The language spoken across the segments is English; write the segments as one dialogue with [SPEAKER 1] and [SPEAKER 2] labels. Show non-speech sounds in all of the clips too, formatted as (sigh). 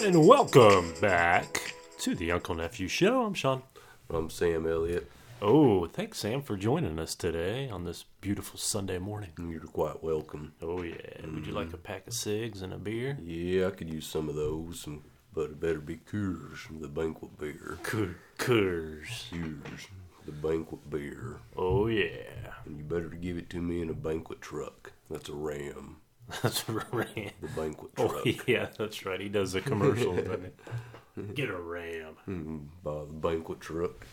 [SPEAKER 1] And welcome back to the Uncle Nephew Show. I'm Sean.
[SPEAKER 2] I'm Sam Elliott.
[SPEAKER 1] Oh, thanks, Sam, for joining us today on this beautiful Sunday morning.
[SPEAKER 2] You're quite welcome.
[SPEAKER 1] Oh, yeah. Would you like a pack of cigs and a beer?
[SPEAKER 2] Yeah, I could use some of those, and- but it better be Coors, the banquet beer.
[SPEAKER 1] Cur- Curs.
[SPEAKER 2] Coors, the banquet beer.
[SPEAKER 1] Oh, yeah. (laughs)
[SPEAKER 2] And you better give it to me in a banquet truck. That's a ram,
[SPEAKER 1] That's right.
[SPEAKER 2] the banquet
[SPEAKER 1] Oh,
[SPEAKER 2] truck.
[SPEAKER 1] yeah, that's right. He does the
[SPEAKER 2] (laughs)
[SPEAKER 1] commercial, doesn't he? Get a ram.
[SPEAKER 2] By the banquet truck.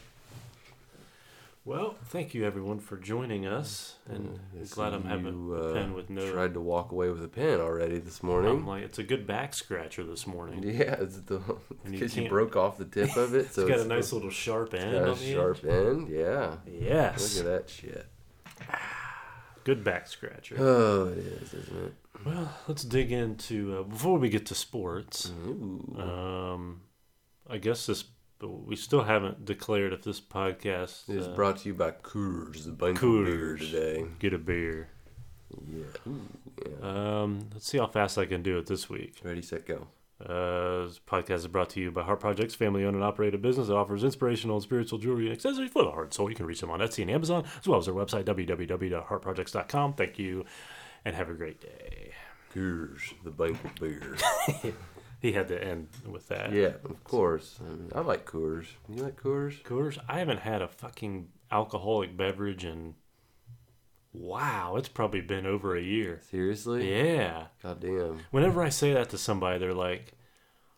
[SPEAKER 1] Well, thank you, everyone, for joining us. And I'm
[SPEAKER 2] Yes,
[SPEAKER 1] glad I'm having
[SPEAKER 2] Uh, you,
[SPEAKER 1] a
[SPEAKER 2] uh,
[SPEAKER 1] pen with no.
[SPEAKER 2] Tried to walk away with a pen already this
[SPEAKER 1] I'm
[SPEAKER 2] morning.
[SPEAKER 1] like, it's a good back scratcher this morning.
[SPEAKER 2] Yeah, it's the
[SPEAKER 1] And
[SPEAKER 2] (laughs)
[SPEAKER 1] you
[SPEAKER 2] because you,
[SPEAKER 1] can't-
[SPEAKER 2] broke off the tip of it, so
[SPEAKER 1] (laughs) It's got a nice little sharp end
[SPEAKER 2] got a
[SPEAKER 1] on the
[SPEAKER 2] sharp end. Yeah,
[SPEAKER 1] end. Yes.
[SPEAKER 2] look at that shit.
[SPEAKER 1] Good back scratcher.
[SPEAKER 2] Oh, it is, isn't it?
[SPEAKER 1] Well, let's dig into uh, before we get to sports.
[SPEAKER 2] Ooh.
[SPEAKER 1] Um, I guess this we still haven't declared if this podcast
[SPEAKER 2] It is
[SPEAKER 1] uh,
[SPEAKER 2] brought to you by Coors, the bank beer
[SPEAKER 1] Coors.
[SPEAKER 2] today.
[SPEAKER 1] get a beer.
[SPEAKER 2] Yeah. yeah.
[SPEAKER 1] Um, let's see how fast I can do it this week.
[SPEAKER 2] Ready, set, go.
[SPEAKER 1] Uh, this podcast is brought to you by Heart Projects, family owned and operated business that offers inspirational and spiritual jewelry and accessories for the heart and soul. You can reach them on Etsy and Amazon, as well as their website, www.heartprojects.com. Thank you, and have a great day.
[SPEAKER 2] Coors, the banquet beer.
[SPEAKER 1] He had to end with that.
[SPEAKER 2] (laughs) yeah, of course. I, mean, I like Coors. You like Coors?
[SPEAKER 1] Coors, I haven't had a fucking alcoholic beverage in wow, it's probably been over a year.
[SPEAKER 2] Seriously?
[SPEAKER 1] Yeah.
[SPEAKER 2] God damn.
[SPEAKER 1] Whenever I say that to somebody, they're like,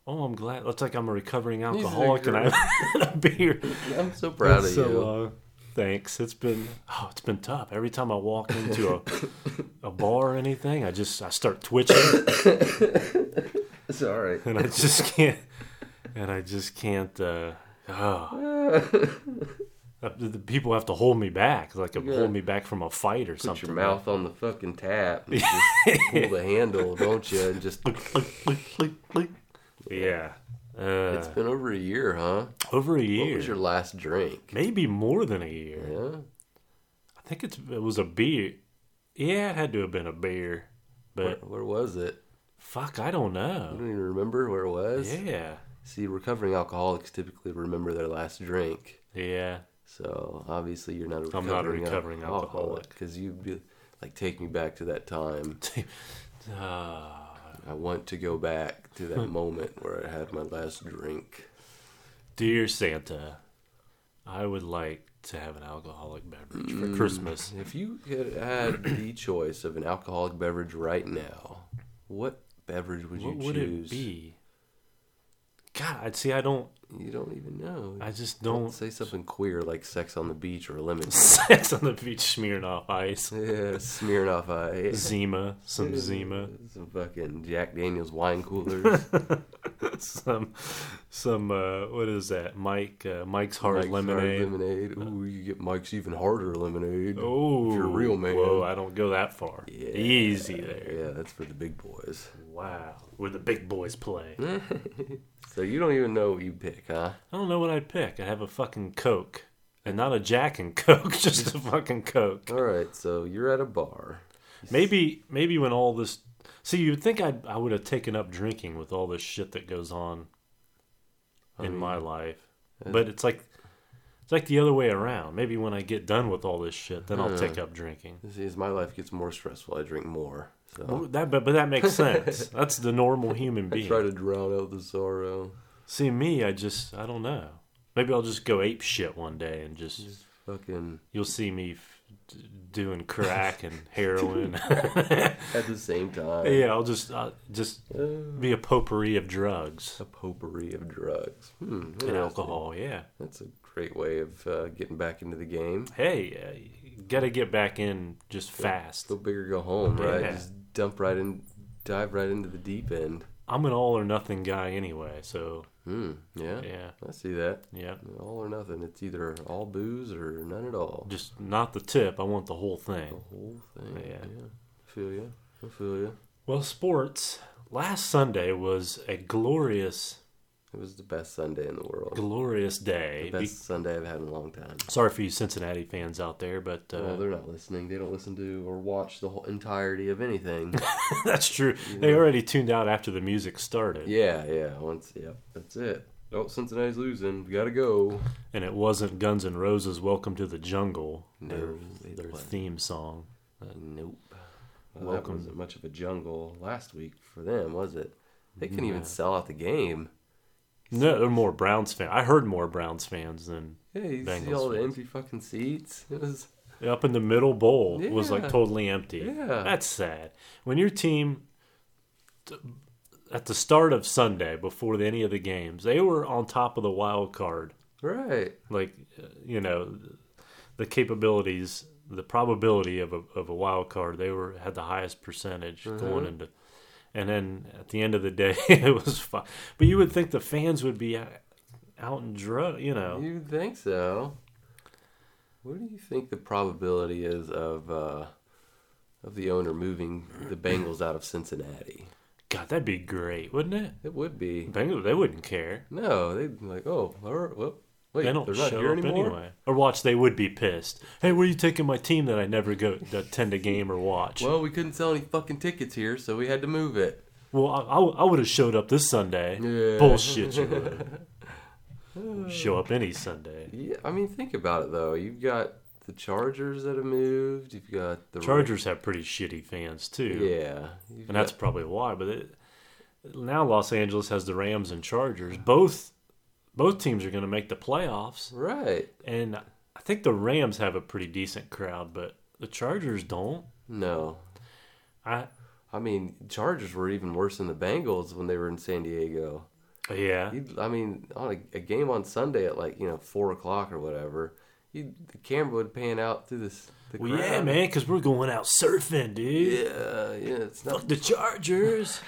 [SPEAKER 1] "Oh, I'm glad." It's like I'm a recovering alcoholic and I had a beer.
[SPEAKER 2] I'm so (laughs) proud of you.
[SPEAKER 1] So, uh, thanks. It's been oh, it's been tough. Every time I walk into
[SPEAKER 2] (laughs)
[SPEAKER 1] a a bar or anything, I just I start twitching
[SPEAKER 2] it's all right.
[SPEAKER 1] and I
[SPEAKER 2] (laughs)
[SPEAKER 1] just can't and I just can't. Uh, oh.
[SPEAKER 2] (laughs)
[SPEAKER 1] Uh, The the people have to hold me back, like
[SPEAKER 2] gotta
[SPEAKER 1] hold me back from a fight or
[SPEAKER 2] Put
[SPEAKER 1] something.
[SPEAKER 2] your mouth on the fucking tap and (laughs) just pull the handle, don't you? And just.
[SPEAKER 1] Yeah, uh,
[SPEAKER 2] It's been over a year, huh?
[SPEAKER 1] over a
[SPEAKER 2] What
[SPEAKER 1] year,
[SPEAKER 2] was your last drink?
[SPEAKER 1] maybe more than a year.
[SPEAKER 2] Yeah.
[SPEAKER 1] I think it's, it was a beer. Yeah, it had to have been a beer, but
[SPEAKER 2] Where, where was it?
[SPEAKER 1] fuck, I don't
[SPEAKER 2] I
[SPEAKER 1] know.
[SPEAKER 2] don't even remember where it was.
[SPEAKER 1] Yeah,
[SPEAKER 2] See, recovering alcoholics typically remember their last drink.
[SPEAKER 1] yeah.
[SPEAKER 2] So obviously you're not a
[SPEAKER 1] I'm
[SPEAKER 2] recovering
[SPEAKER 1] not a recovering alcoholic.
[SPEAKER 2] because you be like take me back to that time.
[SPEAKER 1] Ah.
[SPEAKER 2] I want to go back to
[SPEAKER 1] (laughs)
[SPEAKER 2] that moment where I had my last drink.
[SPEAKER 1] dear Santa, I would like to have an alcoholic beverage
[SPEAKER 2] Mm.
[SPEAKER 1] for Christmas.
[SPEAKER 2] If you had had the choice of an alcoholic beverage right now, what beverage would
[SPEAKER 1] What
[SPEAKER 2] you
[SPEAKER 1] would
[SPEAKER 2] choose?
[SPEAKER 1] it be? God, I'd see. I don't.
[SPEAKER 2] You don't even know.
[SPEAKER 1] I just
[SPEAKER 2] don't,
[SPEAKER 1] don't.
[SPEAKER 2] say something queer like sex on the beach
[SPEAKER 1] (laughs)
[SPEAKER 2] or lemon. (laughs)
[SPEAKER 1] Sex on the beach, smearing off ice,
[SPEAKER 2] yeah, smearing off ice.
[SPEAKER 1] Zima, some Zima,
[SPEAKER 2] (laughs)
[SPEAKER 1] (laughs)
[SPEAKER 2] Some fucking Jack Daniels wine coolers.
[SPEAKER 1] some, some. Uh, what is that? Mike, uh, Mike's hard
[SPEAKER 2] Mike's
[SPEAKER 1] lemonade.
[SPEAKER 2] Hard lemonade. Ooh, you get Mike's even harder lemonade.
[SPEAKER 1] Oh,
[SPEAKER 2] If you're a real man.
[SPEAKER 1] Whoa, I don't go that far. Easy there.
[SPEAKER 2] Yeah, that's for the big boys.
[SPEAKER 1] Wow, where the big boys play.
[SPEAKER 2] So you don't even know what you pick, huh?
[SPEAKER 1] I don't know what I'd pick. I'd have a fucking Coke. And not a Jack and Coke, (laughs) just a fucking Coke.
[SPEAKER 2] All right, so you're at a bar.
[SPEAKER 1] Maybe maybe when all this See, you'd think I'd I would have taken up drinking with all this shit that goes on in my life. But it's like it's like the other way around. Maybe when I get done with all this shit, then I'll take up drinking.
[SPEAKER 2] This is my life gets more stressful. I drink more. So
[SPEAKER 1] Well, That, but, but that makes sense. That's the normal human
[SPEAKER 2] I
[SPEAKER 1] being.
[SPEAKER 2] try to drown out the sorrow.
[SPEAKER 1] See me, I just I don't know. Maybe I'll just go ape shit one day and just
[SPEAKER 2] Just fucking
[SPEAKER 1] you'll see me f- d- doing crack and heroin.
[SPEAKER 2] at the same
[SPEAKER 1] (laughs)
[SPEAKER 2] time.
[SPEAKER 1] yeah, I'll just I'll just
[SPEAKER 2] Uh,
[SPEAKER 1] be a potpourri of drugs
[SPEAKER 2] a potpourri of drugs hmm,
[SPEAKER 1] and
[SPEAKER 2] interesting.
[SPEAKER 1] alcohol. Yeah.
[SPEAKER 2] That's a great way of uh, getting back into the game.
[SPEAKER 1] Hey, uh, you gotta get back in just fast.
[SPEAKER 2] Go big or go home, right?
[SPEAKER 1] Yeah.
[SPEAKER 2] Just dump right in, dive right into the deep end.
[SPEAKER 1] I'm an all or nothing guy anyway, so
[SPEAKER 2] Hmm. Yeah,
[SPEAKER 1] yeah,
[SPEAKER 2] I see that.
[SPEAKER 1] yeah.
[SPEAKER 2] All or nothing. It's either all booze or none at all.
[SPEAKER 1] Just not the tip. I want the whole
[SPEAKER 2] The
[SPEAKER 1] thing.
[SPEAKER 2] whole thing.
[SPEAKER 1] Yeah.
[SPEAKER 2] Yeah. I feel you. I feel you.
[SPEAKER 1] Well, sports. Last Sunday was a glorious
[SPEAKER 2] It was the best Sunday in the world.
[SPEAKER 1] Glorious
[SPEAKER 2] the
[SPEAKER 1] day.
[SPEAKER 2] best
[SPEAKER 1] Be-
[SPEAKER 2] Sunday I've had in a long time.
[SPEAKER 1] Sorry for you Cincinnati fans out there, but (laughs)
[SPEAKER 2] well,
[SPEAKER 1] uh,
[SPEAKER 2] they're not listening. They don't listen to or watch the whole entirety
[SPEAKER 1] (laughs)
[SPEAKER 2] of anything.
[SPEAKER 1] that's true. They already tuned out after the music started,
[SPEAKER 2] yeah, yeah. Once, yeah, that's it. Oh, Cincinnati's losing. We gotta go.
[SPEAKER 1] and it wasn't Guns N' Roses' "Welcome to the Jungle," their,
[SPEAKER 2] No, it
[SPEAKER 1] their
[SPEAKER 2] wasn't.
[SPEAKER 1] theme song.
[SPEAKER 2] Nope. Well,
[SPEAKER 1] Uh, Welcome.
[SPEAKER 2] That wasn't much of a jungle last week for them, was it? They couldn't even
[SPEAKER 1] No.
[SPEAKER 2] sell out the game.
[SPEAKER 1] No, they're more Browns fan. I heard more Browns fans than
[SPEAKER 2] Yeah, you see
[SPEAKER 1] Bengals
[SPEAKER 2] all the
[SPEAKER 1] fans.
[SPEAKER 2] empty fucking seats. It was
[SPEAKER 1] up in the middle bowl was
[SPEAKER 2] Yeah.
[SPEAKER 1] like totally empty.
[SPEAKER 2] Yeah.
[SPEAKER 1] That's sad. When your team t- at the start of Sunday before the, any of the games, they were on top of the wild card.
[SPEAKER 2] right.
[SPEAKER 1] Like uh, you know, the capabilities, the probability of a of a wild card, they were had the highest percentage
[SPEAKER 2] Uh-huh.
[SPEAKER 1] going into and then at the end of the day, (laughs) it was fine. But you would think the fans would be out, out and drunk, you know.
[SPEAKER 2] You think so? What do you think the probability is of uh, of the owner moving the Bengals out of Cincinnati?
[SPEAKER 1] God, that'd be great, wouldn't it?
[SPEAKER 2] It would be.
[SPEAKER 1] Bengals, they wouldn't care.
[SPEAKER 2] No, they'd be like, oh, all right, well, wait,
[SPEAKER 1] they don't
[SPEAKER 2] are not
[SPEAKER 1] show
[SPEAKER 2] here
[SPEAKER 1] up
[SPEAKER 2] anymore.
[SPEAKER 1] anyway. Or watch, they would be pissed. Hey, where are you taking my team that I never go to attend a game or watch? Well,
[SPEAKER 2] Well, we couldn't sell any fucking tickets here, so we had to move it.
[SPEAKER 1] I, would have showed up this Sunday.
[SPEAKER 2] Yeah.
[SPEAKER 1] Bullshit, you would.
[SPEAKER 2] (laughs)
[SPEAKER 1] show up any Sunday.
[SPEAKER 2] Yeah, I mean, think about it though. You've got the Chargers that have moved. You've got the
[SPEAKER 1] Chargers have pretty shitty fans too,
[SPEAKER 2] Yeah, You've
[SPEAKER 1] and that's
[SPEAKER 2] got-
[SPEAKER 1] probably why. But it, now Los Angeles has the Rams and Chargers. Both both teams are going to make the playoffs,
[SPEAKER 2] right.
[SPEAKER 1] and I think the Rams have a pretty decent crowd, but the Chargers don't.
[SPEAKER 2] No,
[SPEAKER 1] I
[SPEAKER 2] I mean, Chargers were even worse than the Bengals when they were in San Diego.
[SPEAKER 1] yeah.
[SPEAKER 2] You'd, I mean, on a, a game on Sunday at like you know four o'clock or whatever, you the camera would pan out through this. The
[SPEAKER 1] Well, yeah,
[SPEAKER 2] crowd.
[SPEAKER 1] man, because we're going out surfing, dude.
[SPEAKER 2] Yeah, yeah, it's not. (laughs)
[SPEAKER 1] Fuck the Chargers.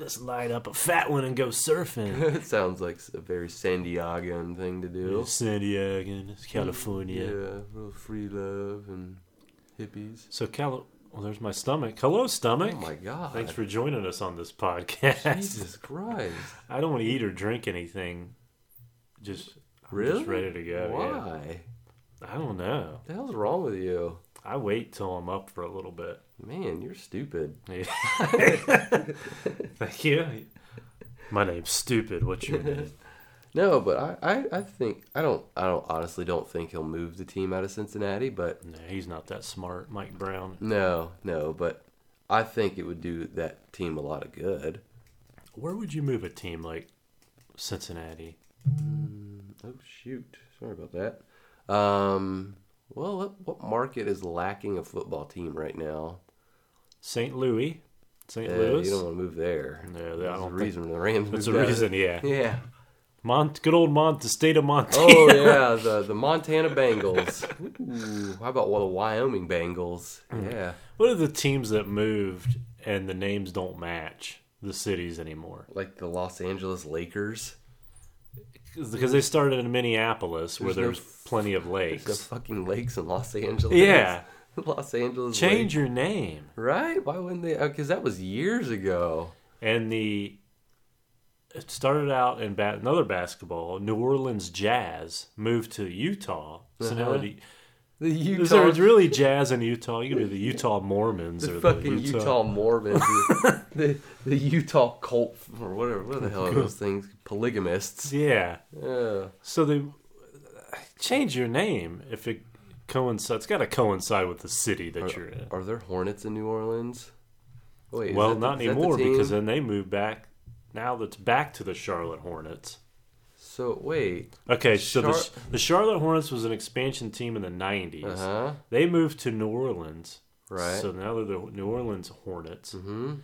[SPEAKER 1] Let's light up a fat one and go surfing.
[SPEAKER 2] it sounds like a very San Diegoan thing to do.
[SPEAKER 1] San Diego, California.
[SPEAKER 2] Yeah, real free love and hippies.
[SPEAKER 1] So, Cal. Well, there's my stomach. Hello, stomach.
[SPEAKER 2] Oh my god!
[SPEAKER 1] Thanks for joining us on this podcast.
[SPEAKER 2] Jesus Christ!
[SPEAKER 1] (laughs) I don't want to eat or drink anything. Just I'm
[SPEAKER 2] Really?
[SPEAKER 1] just ready to go. yeah.
[SPEAKER 2] Why?
[SPEAKER 1] I don't know.
[SPEAKER 2] The hell's wrong with you?
[SPEAKER 1] I wait till I'm up for a little bit. (laughs)
[SPEAKER 2] Man, you're stupid.
[SPEAKER 1] Yeah. Thank you. My name's stupid. What's
[SPEAKER 2] (laughs)
[SPEAKER 1] your name?
[SPEAKER 2] No, but I, I, I think I don't I don't honestly don't think he'll move the team out of Cincinnati, but
[SPEAKER 1] No, he's not that smart, Mike Brown.
[SPEAKER 2] no, no, but I think it would do that team a lot of good.
[SPEAKER 1] Where would you move a team like Cincinnati?
[SPEAKER 2] Oh shoot. Sorry about that. Um well, what, what market is lacking a football team right now?
[SPEAKER 1] St. Louis? St.
[SPEAKER 2] Yeah,
[SPEAKER 1] Louis?
[SPEAKER 2] you don't want to move there.
[SPEAKER 1] No, I
[SPEAKER 2] There's
[SPEAKER 1] don't
[SPEAKER 2] a
[SPEAKER 1] think-
[SPEAKER 2] reason the Rams.
[SPEAKER 1] That's a
[SPEAKER 2] moved out of-
[SPEAKER 1] reason, yeah. (laughs)
[SPEAKER 2] (laughs) Yeah.
[SPEAKER 1] Mont, good old Mont, the state of Montana. (laughs)
[SPEAKER 2] Oh yeah, the the Montana Bengals. Ooh, how about well, the Wyoming Bengals?
[SPEAKER 1] Hmm.
[SPEAKER 2] Yeah,
[SPEAKER 1] What are the teams that moved and the names don't match the cities anymore?
[SPEAKER 2] like the Los Angeles Lakers.
[SPEAKER 1] Because they started in Minneapolis where there's,
[SPEAKER 2] There's no-
[SPEAKER 1] plenty of lakes.
[SPEAKER 2] The fucking lakes in Los Angeles.
[SPEAKER 1] Yeah.
[SPEAKER 2] (laughs) Los Angeles.
[SPEAKER 1] Change your name.
[SPEAKER 2] Lake- right? Why wouldn't they? Because that was years ago.
[SPEAKER 1] And the. It started out in bat, another basketball. New Orleans Jazz moved to Utah. So now
[SPEAKER 2] Uh-huh.
[SPEAKER 1] the-
[SPEAKER 2] The
[SPEAKER 1] Is there
[SPEAKER 2] Utah.
[SPEAKER 1] really jazz in Utah? You could be the Utah Mormons
[SPEAKER 2] The
[SPEAKER 1] or
[SPEAKER 2] fucking
[SPEAKER 1] the Utah. (laughs)
[SPEAKER 2] Utah, Mormons, the, the the Utah cult or whatever, what the hell are those things? Polygamists.
[SPEAKER 1] Yeah.
[SPEAKER 2] Yeah.
[SPEAKER 1] So they change your name if it coincides. It's got to coincide with the city that you're in.
[SPEAKER 2] Are there Hornets in New Orleans? Wait, is
[SPEAKER 1] Well,
[SPEAKER 2] that the-
[SPEAKER 1] not
[SPEAKER 2] is that the
[SPEAKER 1] anymore
[SPEAKER 2] team?
[SPEAKER 1] because then they move back. Now that's back to the Charlotte Hornets.
[SPEAKER 2] so wait,
[SPEAKER 1] Okay, so the,
[SPEAKER 2] Char-
[SPEAKER 1] Sh- the Charlotte Hornets was an expansion team in the 90s.
[SPEAKER 2] uh huh,
[SPEAKER 1] They moved to New Orleans.
[SPEAKER 2] right?
[SPEAKER 1] So now they're the New Orleans Hornets.
[SPEAKER 2] hmm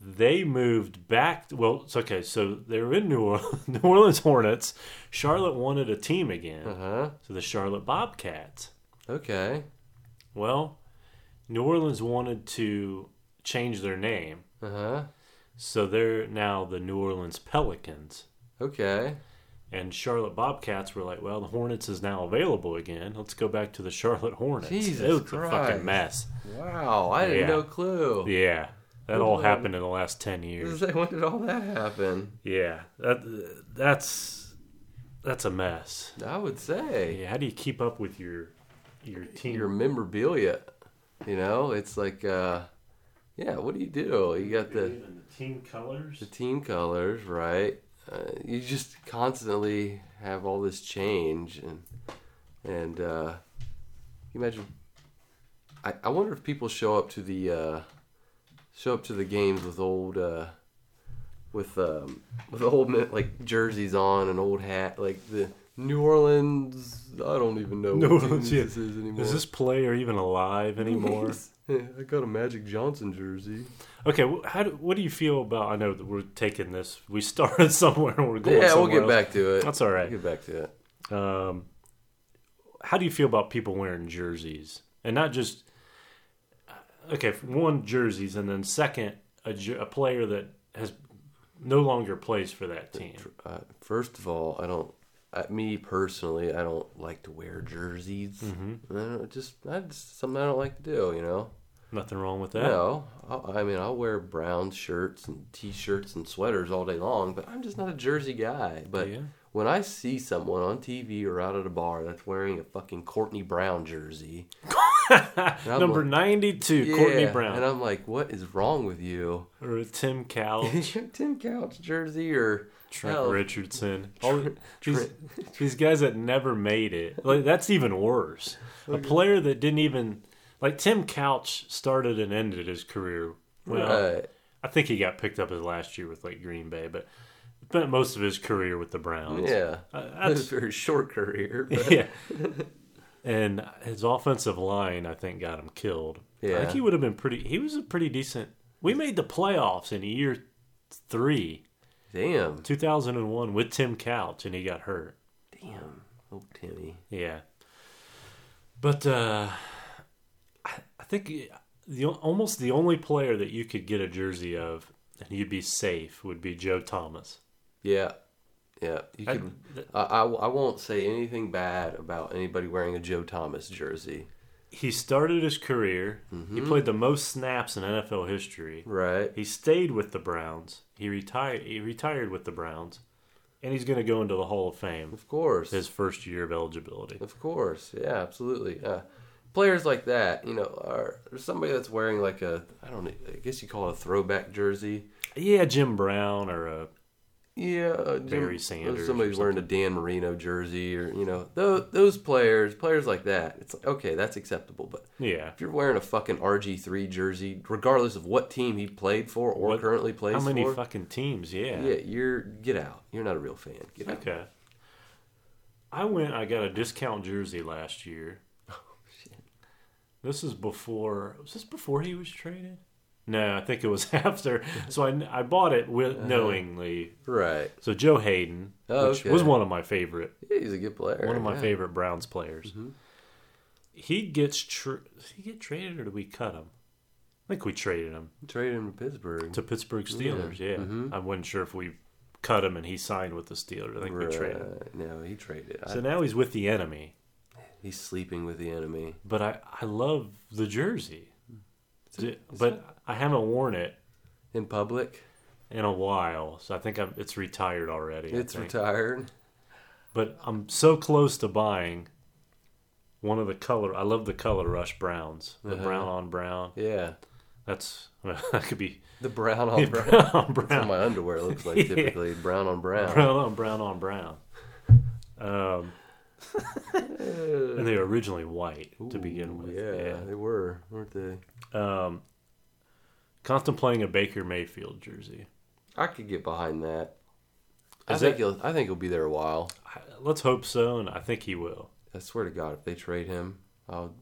[SPEAKER 1] they moved back. Well, it's okay. So they were in New Orleans, (laughs) New Orleans Hornets. Charlotte wanted a team again,
[SPEAKER 2] Uh huh.
[SPEAKER 1] so the Charlotte Bobcats.
[SPEAKER 2] Okay.
[SPEAKER 1] Well, New Orleans wanted to change their name,
[SPEAKER 2] Uh huh.
[SPEAKER 1] so they're now the New Orleans Pelicans.
[SPEAKER 2] Okay.
[SPEAKER 1] And Charlotte Bobcats were like, "Well, the Hornets is now available again. Let's go back to the Charlotte Hornets."
[SPEAKER 2] Jesus
[SPEAKER 1] it was a
[SPEAKER 2] Christ.
[SPEAKER 1] fucking mess.
[SPEAKER 2] Wow, I had
[SPEAKER 1] Yeah.
[SPEAKER 2] no clue.
[SPEAKER 1] Yeah, That all happened in the last ten
[SPEAKER 2] I was
[SPEAKER 1] years.
[SPEAKER 2] gonna say, (laughs) When did all that happen?
[SPEAKER 1] Yeah, that that's that's a mess.
[SPEAKER 2] I would say
[SPEAKER 1] Yeah, how do you keep up with your your team?
[SPEAKER 2] your memorabilia. You know, it's like, uh, yeah, what do you do? You got the
[SPEAKER 1] and the team colors.
[SPEAKER 2] the team colors, right? Uh, you just constantly have all this change, and and uh, you imagine. I, I wonder if people show up to the uh, show up to the games with old uh, with um, with old men- like jerseys on and old hat like the New Orleans. I don't even know
[SPEAKER 1] New
[SPEAKER 2] what
[SPEAKER 1] Orleans,
[SPEAKER 2] teams
[SPEAKER 1] yeah.
[SPEAKER 2] this is anymore.
[SPEAKER 1] Is this player even alive anymore?
[SPEAKER 2] (laughs) I got a Magic Johnson jersey.
[SPEAKER 1] okay, wh- how do, what do you feel about? I know that we're taking this. We started (laughs) somewhere and we're going.
[SPEAKER 2] Yeah, we'll
[SPEAKER 1] somewhere
[SPEAKER 2] get
[SPEAKER 1] else.
[SPEAKER 2] back to it.
[SPEAKER 1] That's all right.
[SPEAKER 2] We'll get back to it.
[SPEAKER 1] Um, how do you feel about people wearing jerseys and not just okay for one jerseys and then second a, jer- a player that has no longer plays for that team?
[SPEAKER 2] Uh, first of all, I don't. I, me personally, I don't like to wear jerseys.
[SPEAKER 1] Mm-hmm.
[SPEAKER 2] I don't, just that's something I don't like to do. You know.
[SPEAKER 1] Nothing wrong with that.
[SPEAKER 2] No, I, I mean I'll wear brown shirts and t-shirts and sweaters all day long, but I'm just not a jersey guy. But
[SPEAKER 1] Yeah.
[SPEAKER 2] when I see someone on TV or out at a bar that's wearing a fucking Courtney
[SPEAKER 1] (laughs)
[SPEAKER 2] Brown jersey, and I'm
[SPEAKER 1] Number
[SPEAKER 2] like,
[SPEAKER 1] ninety-two, Courtney
[SPEAKER 2] yeah, and
[SPEAKER 1] Brown
[SPEAKER 2] I'm like, what is wrong with you?
[SPEAKER 1] or Tim
[SPEAKER 2] (laughs)
[SPEAKER 1] Cowell,
[SPEAKER 2] Tim Couch jersey or
[SPEAKER 1] Trent
[SPEAKER 2] hell,
[SPEAKER 1] Richardson, all these,
[SPEAKER 2] Trent-
[SPEAKER 1] these guys that never made it. Like that's even worse. A player that didn't even like Tim Couch started and ended his career.
[SPEAKER 2] uh,
[SPEAKER 1] Well,
[SPEAKER 2] right.
[SPEAKER 1] I think he got picked up his last year with like Green Bay, but spent most of his career with the Browns.
[SPEAKER 2] Yeah, (laughs)
[SPEAKER 1] Uh,
[SPEAKER 2] that was a
[SPEAKER 1] that's-
[SPEAKER 2] very short career.
[SPEAKER 1] (laughs)
[SPEAKER 2] But
[SPEAKER 1] yeah. And his offensive line, I think, got him killed. I
[SPEAKER 2] Yeah.
[SPEAKER 1] think he would have been pretty. He was a pretty decent. We made the playoffs in year three,
[SPEAKER 2] damn,
[SPEAKER 1] two thousand and one, with Tim Couch, and he got hurt.
[SPEAKER 2] damn, oh Timmy.
[SPEAKER 1] Yeah. But uh, I, I think the almost the only player that you could get a jersey of and you'd be safe would be Joe Thomas.
[SPEAKER 2] Yeah, yeah. You
[SPEAKER 1] I-
[SPEAKER 2] can. I, I I won't say anything bad about anybody wearing a Joe Thomas jersey.
[SPEAKER 1] He started his career. He
[SPEAKER 2] Mm-hmm.
[SPEAKER 1] played the most snaps in NFL history.
[SPEAKER 2] Right.
[SPEAKER 1] He stayed with the Browns. He retired. He retired with the Browns, and he's going to go into the Hall of Fame
[SPEAKER 2] Of course.
[SPEAKER 1] his first year of eligibility.
[SPEAKER 2] Of course. Yeah. Absolutely. Uh, players like that, you know, are there's somebody that's wearing like a I don't know, I guess you call it a throwback jersey.
[SPEAKER 1] Yeah, Jim Brown or uh, a
[SPEAKER 2] Yeah, uh, Jim-
[SPEAKER 1] Barry
[SPEAKER 2] uh,
[SPEAKER 1] Sanders or
[SPEAKER 2] Somebody's wearing a Dan Marino jersey, or you know, those, those players, players like that. It's like okay, that's acceptable. But
[SPEAKER 1] yeah.
[SPEAKER 2] if you're wearing a fucking RG3 jersey, regardless of what team he played for or
[SPEAKER 1] What-
[SPEAKER 2] currently plays
[SPEAKER 1] How many
[SPEAKER 2] for,
[SPEAKER 1] fucking teams?
[SPEAKER 2] Yeah, you're get out. You're not a real fan. Get out.
[SPEAKER 1] Okay. I went. I got a discount jersey last
[SPEAKER 2] (laughs)
[SPEAKER 1] year.
[SPEAKER 2] Oh,
[SPEAKER 1] This is before. Was this before he was traded? No, I think it was (laughs) after. So I, I bought it with,
[SPEAKER 2] Uh-huh.
[SPEAKER 1] knowingly.
[SPEAKER 2] Right.
[SPEAKER 1] So Joe Hayden,
[SPEAKER 2] Oh,
[SPEAKER 1] which
[SPEAKER 2] okay.
[SPEAKER 1] was one of my favorite,
[SPEAKER 2] Yeah, he's a good player.
[SPEAKER 1] one of my
[SPEAKER 2] yeah. Mm-hmm.
[SPEAKER 1] favorite Browns players. He gets tr Does he get traded or do we cut him? I think we traded him
[SPEAKER 2] Trade him to Pittsburgh.
[SPEAKER 1] to Pittsburgh Steelers. Yeah,
[SPEAKER 2] Mm-hmm.
[SPEAKER 1] I wasn't sure if we cut him and he signed with the Steelers. I think we traded. him.
[SPEAKER 2] Right. No, he traded. I-
[SPEAKER 1] So now he's with the enemy.
[SPEAKER 2] he's sleeping with the enemy.
[SPEAKER 1] but I, I love the jersey. D- but I haven't worn it
[SPEAKER 2] In public,
[SPEAKER 1] in a while, so I think I'm, it's retired already. I
[SPEAKER 2] it's
[SPEAKER 1] think.
[SPEAKER 2] retired.
[SPEAKER 1] But I'm so close to buying one of the color. I love the color rush browns, the
[SPEAKER 2] Uh-huh.
[SPEAKER 1] brown on brown.
[SPEAKER 2] Yeah.
[SPEAKER 1] That's (laughs) that could be
[SPEAKER 2] The
[SPEAKER 1] (laughs)
[SPEAKER 2] brown on brown.
[SPEAKER 1] brown on
[SPEAKER 2] That's what
[SPEAKER 1] brown,
[SPEAKER 2] my underwear looks like
[SPEAKER 1] (laughs) Yeah.
[SPEAKER 2] typically. Brown on
[SPEAKER 1] (laughs)
[SPEAKER 2] brown.
[SPEAKER 1] brown on brown on brown.
[SPEAKER 2] (laughs)
[SPEAKER 1] Um, and they were originally white to begin
[SPEAKER 2] Ooh,
[SPEAKER 1] with.
[SPEAKER 2] Yeah, they were, weren't they?
[SPEAKER 1] yeah. Um, contemplating a Baker Mayfield jersey.
[SPEAKER 2] I could get behind that. I
[SPEAKER 1] Is
[SPEAKER 2] think
[SPEAKER 1] that-
[SPEAKER 2] he'll. I think he'll be there a while.
[SPEAKER 1] I- Let's hope so, and I think he will.
[SPEAKER 2] I swear to God, if they trade him, I'll.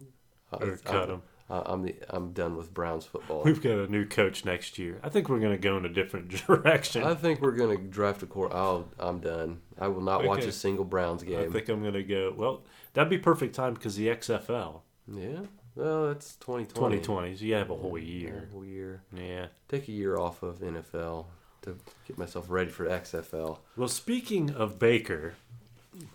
[SPEAKER 2] I'll
[SPEAKER 1] Or cut him.
[SPEAKER 2] I- I'm the. I'm done with Browns football.
[SPEAKER 1] We've got a new coach next year. I think we're going to go in a different (laughs) direction.
[SPEAKER 2] I
[SPEAKER 1] I,
[SPEAKER 2] think we're gonna draft a core. I'll, I'm done. I will not watch
[SPEAKER 1] Okay.
[SPEAKER 2] a single Browns game.
[SPEAKER 1] think I'm going to go. Well, that'd be perfect time because the XFL
[SPEAKER 2] yeah. Well, that's 2020.
[SPEAKER 1] 2020s, you have a whole year.
[SPEAKER 2] Yeah, year.
[SPEAKER 1] Yeah.
[SPEAKER 2] Take a year off of NFL to get myself ready for XFL.
[SPEAKER 1] Well, speaking of Baker,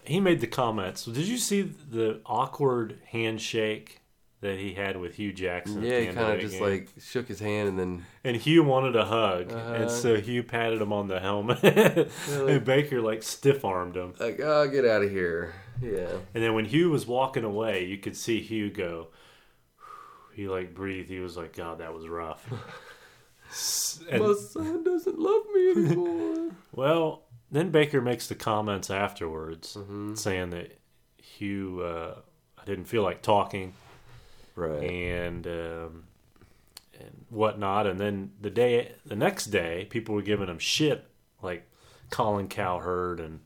[SPEAKER 1] he made the comments. Did you see the awkward handshake that he had with Hugh Jackson. at
[SPEAKER 2] yeah,
[SPEAKER 1] the
[SPEAKER 2] he
[SPEAKER 1] end
[SPEAKER 2] kind of
[SPEAKER 1] that
[SPEAKER 2] just
[SPEAKER 1] game.
[SPEAKER 2] like shook his hand and then
[SPEAKER 1] And Hugh wanted a hug,
[SPEAKER 2] Uh-huh.
[SPEAKER 1] and so Hugh patted him on the helmet, (laughs) and Baker like stiff armed him.
[SPEAKER 2] like, oh, get out of here. Yeah.
[SPEAKER 1] And then when Hugh was walking away, you could see Hugh go. He like breathed. He was like, "God, that was
[SPEAKER 2] (laughs)
[SPEAKER 1] rough." S- and-
[SPEAKER 2] My son doesn't love me anymore.
[SPEAKER 1] well, then Baker makes the comments afterwards, saying that Hugh, uh, I didn't feel like talking
[SPEAKER 2] (laughs) right.
[SPEAKER 1] and um, and whatnot. And then the day, the next day, people were giving him shit, like Colin Cowherd and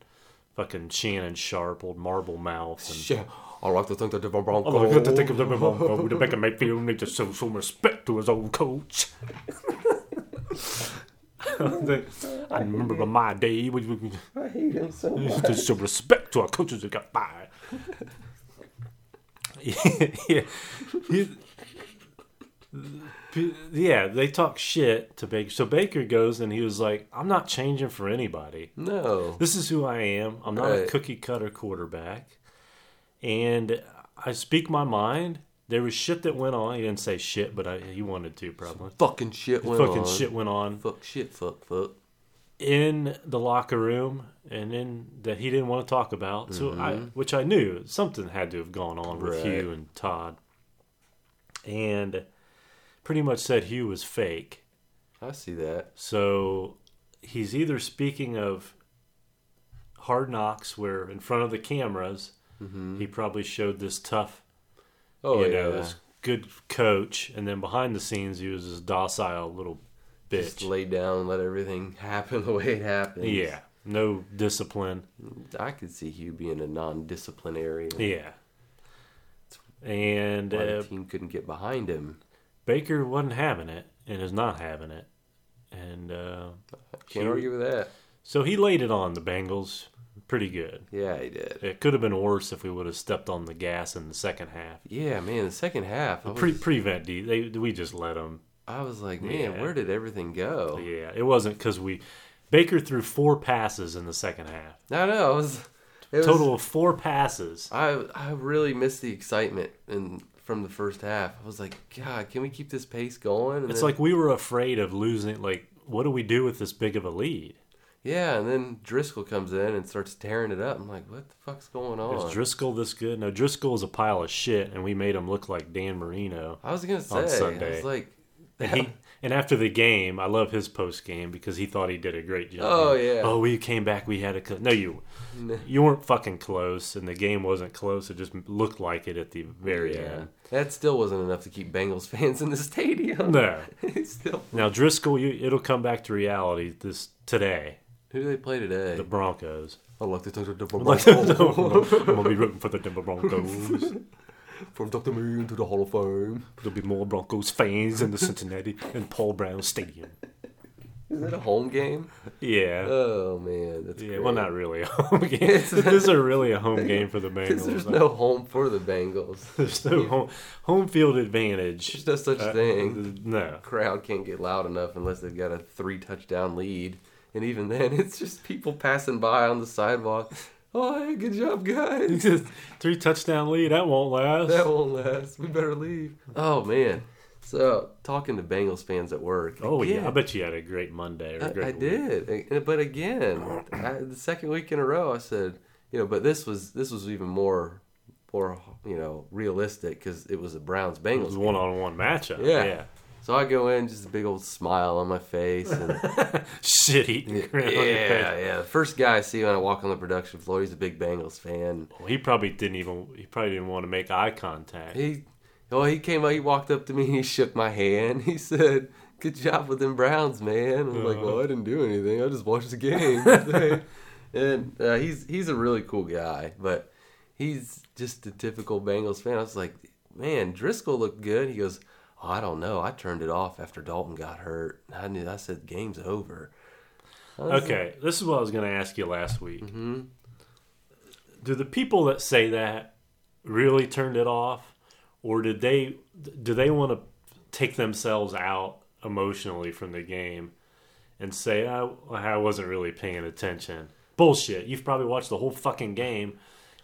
[SPEAKER 1] fucking Shannon Sharp, old Marble Mouth, and
[SPEAKER 2] Yeah. I like to think that the Bronco.
[SPEAKER 1] Although I got to think of them about the Baker Mayfield needs to show some respect to his old coach. (laughs) I remember in my day we we- we
[SPEAKER 2] I hate him so
[SPEAKER 1] used to show respect to our coaches that got fired. (laughs) yeah, He- yeah, they talk shit to Baker. So Baker goes and he was like, "I'm not changing for anybody."
[SPEAKER 2] No.
[SPEAKER 1] this is who I am. I'm not a
[SPEAKER 2] Right.
[SPEAKER 1] cookie cutter quarterback. And I speak my mind. There was shit that went on. He didn't say shit, but I, he wanted to probably.
[SPEAKER 2] Fucking shit went
[SPEAKER 1] Fucking
[SPEAKER 2] on.
[SPEAKER 1] shit went on
[SPEAKER 2] Fuck shit. Fuck fuck.
[SPEAKER 1] in the locker room, and then that he didn't want to talk about. So I, which I knew something had to have gone on with
[SPEAKER 2] Mm-hmm. Right.
[SPEAKER 1] Hugh and Todd, and pretty much said Hugh was fake.
[SPEAKER 2] I see that.
[SPEAKER 1] So he's either speaking of hard knocks, where in front of the cameras, he probably showed this tough,
[SPEAKER 2] Mm-hmm. Oh
[SPEAKER 1] you
[SPEAKER 2] yeah.
[SPEAKER 1] know, this good coach, and then behind the scenes, he was this docile little
[SPEAKER 2] Just
[SPEAKER 1] bitch.
[SPEAKER 2] lay down, let everything (laughs) happen the way it happens.
[SPEAKER 1] Yeah, no discipline.
[SPEAKER 2] I could see Hugh being a non-disciplinarian.
[SPEAKER 1] Yeah. And
[SPEAKER 2] Why
[SPEAKER 1] uh,
[SPEAKER 2] the team couldn't get behind him.
[SPEAKER 1] Baker wasn't having it and is not having it. And uh,
[SPEAKER 2] Can't
[SPEAKER 1] Hugh-
[SPEAKER 2] argue with that.
[SPEAKER 1] so he laid it on the Bengals pretty good.
[SPEAKER 2] Yeah, he did.
[SPEAKER 1] It could have been worse if we would have stepped on the gas in the second half.
[SPEAKER 2] Yeah, man. The second half, I was,
[SPEAKER 1] Pre prevent D. They we just let them.
[SPEAKER 2] I was like, man,
[SPEAKER 1] Yeah.
[SPEAKER 2] where did everything go?
[SPEAKER 1] Yeah, it wasn't because we Baker threw four passes in the second half.
[SPEAKER 2] I know. I was it
[SPEAKER 1] Total
[SPEAKER 2] Was,
[SPEAKER 1] of four passes.
[SPEAKER 2] I I really missed the excitement and from the first half. I was like, God, can we keep this pace going? And
[SPEAKER 1] It's
[SPEAKER 2] then-
[SPEAKER 1] like we were afraid of losing. Like, what do we do with this big of a lead?
[SPEAKER 2] yeah, and then Driscoll comes in and starts tearing it up. I'm like, what the fuck's going on?
[SPEAKER 1] Is Driscoll this good? No, Driscoll is a pile of shit, and we made him look like Dan Marino.
[SPEAKER 2] I was gonna say,
[SPEAKER 1] on
[SPEAKER 2] I
[SPEAKER 1] Sunday.
[SPEAKER 2] was like,
[SPEAKER 1] And
[SPEAKER 2] (laughs)
[SPEAKER 1] he and after the game, I love his post game because he thought he did a great job.
[SPEAKER 2] Oh, yeah.
[SPEAKER 1] Oh, we came back. We had a cl- no. You you weren't fucking close, and the game wasn't close. It just looked like it at the very
[SPEAKER 2] yeah,
[SPEAKER 1] end.
[SPEAKER 2] that still wasn't enough to keep Bengals (laughs) fans in the stadium.
[SPEAKER 1] No.
[SPEAKER 2] (laughs) It's still,
[SPEAKER 1] Now Driscoll, you, it'll come back to reality this today.
[SPEAKER 2] who do they play today?
[SPEAKER 1] The Broncos. (laughs)
[SPEAKER 2] I like to talk to Dr.
[SPEAKER 1] Like,
[SPEAKER 2] Michael
[SPEAKER 1] I'm gonna be rooting for the Denver
[SPEAKER 2] (laughs)
[SPEAKER 1] Broncos.
[SPEAKER 2] from Dr. Moon to the Hall of Fame.
[SPEAKER 1] There'll be more Broncos fans in the Cincinnati and Paul Brown Stadium.
[SPEAKER 2] Is that a home game?
[SPEAKER 1] Yeah.
[SPEAKER 2] Oh man, that's
[SPEAKER 1] yeah,
[SPEAKER 2] great.
[SPEAKER 1] well, not really a home (laughs) game. this isn't really a
[SPEAKER 2] (laughs)
[SPEAKER 1] home game for the Bengals.
[SPEAKER 2] There's no home for the Bengals.
[SPEAKER 1] There's
[SPEAKER 2] (laughs)
[SPEAKER 1] no home, home field advantage.
[SPEAKER 2] There's no such
[SPEAKER 1] Uh,
[SPEAKER 2] thing.
[SPEAKER 1] No. (laughs)
[SPEAKER 2] crowd can't get loud enough unless they've got a three touchdown lead, and even then, (laughs) it's just people passing by on the sidewalk. Oh, hey, good job,
[SPEAKER 1] (laughs)
[SPEAKER 2] guys.
[SPEAKER 1] Three touchdown lead. That won't last.
[SPEAKER 2] That won't last. We better leave. Oh man. So talking to Bengals fans at work.
[SPEAKER 1] oh yeah. I
[SPEAKER 2] again,
[SPEAKER 1] bet you had a great Monday. Or a great
[SPEAKER 2] I, I
[SPEAKER 1] week.
[SPEAKER 2] did. A- But again, I, the second week in a row, I said, you know, but this was this was even more, more you know, realistic because it was a Browns
[SPEAKER 1] It was
[SPEAKER 2] Bengals.
[SPEAKER 1] one on one matchup.
[SPEAKER 2] Yeah.
[SPEAKER 1] yeah.
[SPEAKER 2] So I go in, just a big old smile on my face, and
[SPEAKER 1] Shit
[SPEAKER 2] (laughs)
[SPEAKER 1] eating
[SPEAKER 2] yeah,
[SPEAKER 1] ground.
[SPEAKER 2] yeah. The first guy I see when I walk on the production floor, he's a big Bengals fan.
[SPEAKER 1] Well, he probably didn't even he probably didn't want to make eye contact.
[SPEAKER 2] He, oh, he came up, he walked up to me, (laughs) and he shook my hand. He said, "Good job with them Browns, man." I'm like, "Well, I didn't do anything. I just watched the (laughs) game." and uh, he's he's a really cool guy, but he's just a typical Bengals fan. I was like, "Man, Driscoll looked good." He goes, oh, "I don't know. I turned it off after Dalton got hurt. I knew. I said, game's over." I was
[SPEAKER 1] Okay, this is what I was going to ask you last week.
[SPEAKER 2] Mm-hmm.
[SPEAKER 1] Do the people that say that really turned it off, or did they do they want to take themselves out emotionally from the game and say I, I wasn't really paying attention? Bullshit! You've probably watched the whole fucking game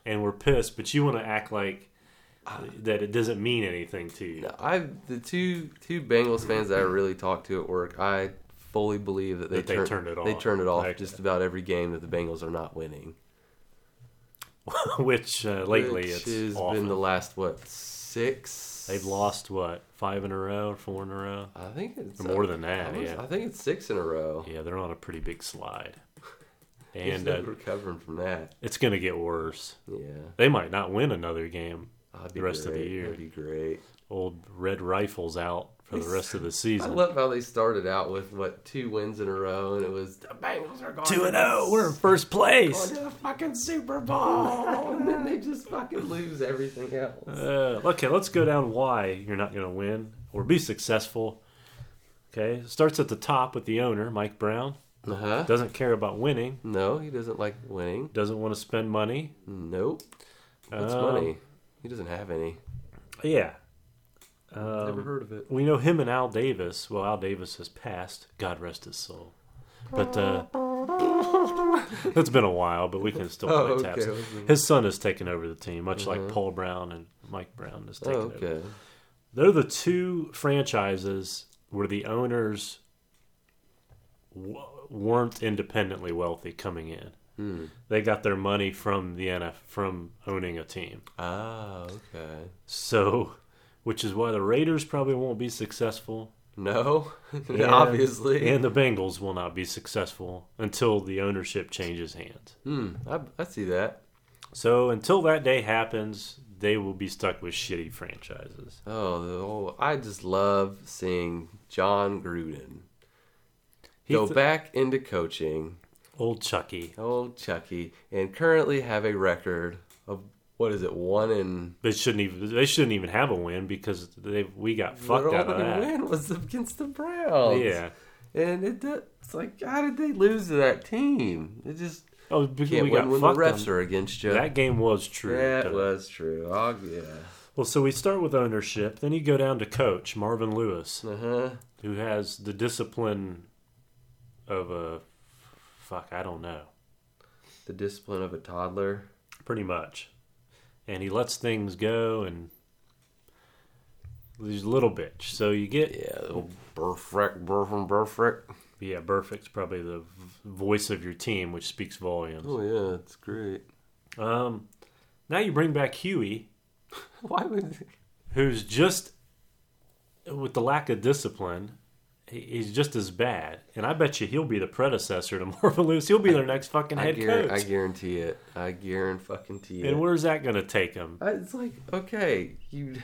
[SPEAKER 1] and were pissed, but you want to act like that it doesn't mean anything to you. (laughs)
[SPEAKER 2] No, I the two two Bengals fans that I really talk to at work, I fully believe that they,
[SPEAKER 1] That they
[SPEAKER 2] turn,
[SPEAKER 1] turned it
[SPEAKER 2] They
[SPEAKER 1] off.
[SPEAKER 2] turn it off
[SPEAKER 1] Like-
[SPEAKER 2] just about every game that the Bengals are not winning.
[SPEAKER 1] Which uh, lately
[SPEAKER 2] Which
[SPEAKER 1] it's
[SPEAKER 2] has
[SPEAKER 1] often.
[SPEAKER 2] been the last what six?
[SPEAKER 1] They've lost what five in a row, four in a row.
[SPEAKER 2] I think it's
[SPEAKER 1] More
[SPEAKER 2] uh,
[SPEAKER 1] than that,
[SPEAKER 2] I was-
[SPEAKER 1] yeah.
[SPEAKER 2] I think it's six in a row.
[SPEAKER 1] Yeah, they're on a pretty big slide,
[SPEAKER 2] (laughs) There's
[SPEAKER 1] and
[SPEAKER 2] no
[SPEAKER 1] uh,
[SPEAKER 2] recovering from that.
[SPEAKER 1] it's going to get worse.
[SPEAKER 2] Yeah,
[SPEAKER 1] They might not win another game.
[SPEAKER 2] That'd
[SPEAKER 1] the rest of the
[SPEAKER 2] great.
[SPEAKER 1] year.
[SPEAKER 2] That'd be great.
[SPEAKER 1] Old Red Rifles out for the rest of the
[SPEAKER 2] I
[SPEAKER 1] season.
[SPEAKER 2] love how they started out with what two wins in a row, and it was the Bengals are
[SPEAKER 1] (laughs)
[SPEAKER 2] going
[SPEAKER 1] Two and
[SPEAKER 2] to the
[SPEAKER 1] zero, we're in first
[SPEAKER 2] going
[SPEAKER 1] place.
[SPEAKER 2] to the fucking Super Bowl, and then they just fucking lose everything else.
[SPEAKER 1] Uh, okay, let's go down why you're not going to win or be successful. Okay, it starts at the top with the owner, Mike Brown.
[SPEAKER 2] Uh huh.
[SPEAKER 1] Doesn't care about winning.
[SPEAKER 2] No, he doesn't like winning.
[SPEAKER 1] Doesn't want to spend money.
[SPEAKER 2] Nope. That's
[SPEAKER 1] Um,
[SPEAKER 2] money. He doesn't have any.
[SPEAKER 1] Yeah,
[SPEAKER 2] Never heard of it.
[SPEAKER 1] we know him and Al Davis. Well, Al Davis has passed. God rest his soul. But
[SPEAKER 2] (laughs)
[SPEAKER 1] uh, it's been a while, but we can still play
[SPEAKER 2] Oh, okay. Mm-hmm.
[SPEAKER 1] taps. His son has taken over the team, much like Paul Brown and Mike Brown has
[SPEAKER 2] Oh,
[SPEAKER 1] taken over.
[SPEAKER 2] okay.
[SPEAKER 1] They're the two franchises where the owners w- weren't independently wealthy coming in.
[SPEAKER 2] Hmm.
[SPEAKER 1] They got their money from the NF from owning a team.
[SPEAKER 2] Ah, okay.
[SPEAKER 1] So, which is why the Raiders probably won't be successful.
[SPEAKER 2] No, (laughs)
[SPEAKER 1] And-
[SPEAKER 2] obviously.
[SPEAKER 1] And the Bengals will not be successful until the ownership changes hands.
[SPEAKER 2] Hmm. I, I see that.
[SPEAKER 1] So until that day happens, they will be stuck with shitty franchises.
[SPEAKER 2] Oh, the whole, I just love seeing John Gruden
[SPEAKER 1] He
[SPEAKER 2] go
[SPEAKER 1] th-
[SPEAKER 2] back into coaching.
[SPEAKER 1] Old Chucky.
[SPEAKER 2] Old Chucky, and currently have a record of what is it? One in
[SPEAKER 1] They shouldn't even. They shouldn't even have a win because they we got fucked
[SPEAKER 2] Their
[SPEAKER 1] out of
[SPEAKER 2] only
[SPEAKER 1] that.
[SPEAKER 2] win was against the Browns.
[SPEAKER 1] Yeah.
[SPEAKER 2] and it do- it's like how did they lose to that team? It just
[SPEAKER 1] Oh, because
[SPEAKER 2] can't
[SPEAKER 1] we got
[SPEAKER 2] win when the
[SPEAKER 1] fucked.
[SPEAKER 2] refs
[SPEAKER 1] on-
[SPEAKER 2] are against you.
[SPEAKER 1] That game was true.
[SPEAKER 2] That
[SPEAKER 1] though.
[SPEAKER 2] was true. Oh yeah.
[SPEAKER 1] Well, so we start with ownership. Then you go down to coach Marvin Lewis,
[SPEAKER 2] Uh huh.
[SPEAKER 1] who has the discipline of a fuck. I don't know.
[SPEAKER 2] The discipline of a toddler.
[SPEAKER 1] pretty much. And he lets things go and he's a little bitch. So you get
[SPEAKER 2] Yeah. Little burfrick, burfrick, burfrick.
[SPEAKER 1] yeah, Burfict's probably the v- voice of your team, which speaks volumes.
[SPEAKER 2] Oh yeah, it's great.
[SPEAKER 1] Um, now you bring back Huey,
[SPEAKER 2] Why would?
[SPEAKER 1] who's just with the lack of discipline. he- He's just as bad, and I bet you he'll be the predecessor to (laughs) Marvin Lewis. He'll be their next fucking
[SPEAKER 2] I,
[SPEAKER 1] head
[SPEAKER 2] guar- I
[SPEAKER 1] coach.
[SPEAKER 2] guarantee it. I guarantee fucking it.
[SPEAKER 1] and where's that going to take him?
[SPEAKER 2] I- It's like okay, you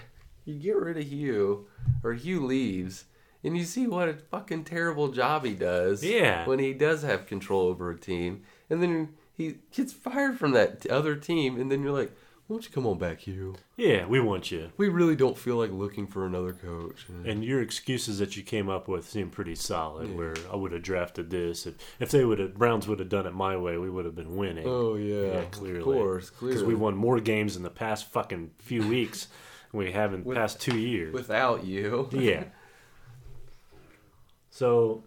[SPEAKER 2] you get rid of Hugh or Hugh leaves, and you see what a fucking terrible job he does.
[SPEAKER 1] Yeah.
[SPEAKER 2] when he does have control over a team, and then he gets fired from that t- other team, and then you're like, won't you come on back, Hugh?
[SPEAKER 1] Yeah, we want you.
[SPEAKER 2] We really don't feel like looking for another coach.
[SPEAKER 1] And your excuses that you came up with seem pretty solid. Where I would have drafted this if if they would have Browns would have done it my way, we would have been winning.
[SPEAKER 2] Oh yeah,
[SPEAKER 1] yeah,
[SPEAKER 2] clearly.
[SPEAKER 1] clearly,
[SPEAKER 2] of course,
[SPEAKER 1] because we
[SPEAKER 2] clearly.
[SPEAKER 1] won more games in the past fucking few weeks than we have in the
[SPEAKER 2] With-
[SPEAKER 1] past two years.
[SPEAKER 2] Without you, (laughs)
[SPEAKER 1] yeah. So,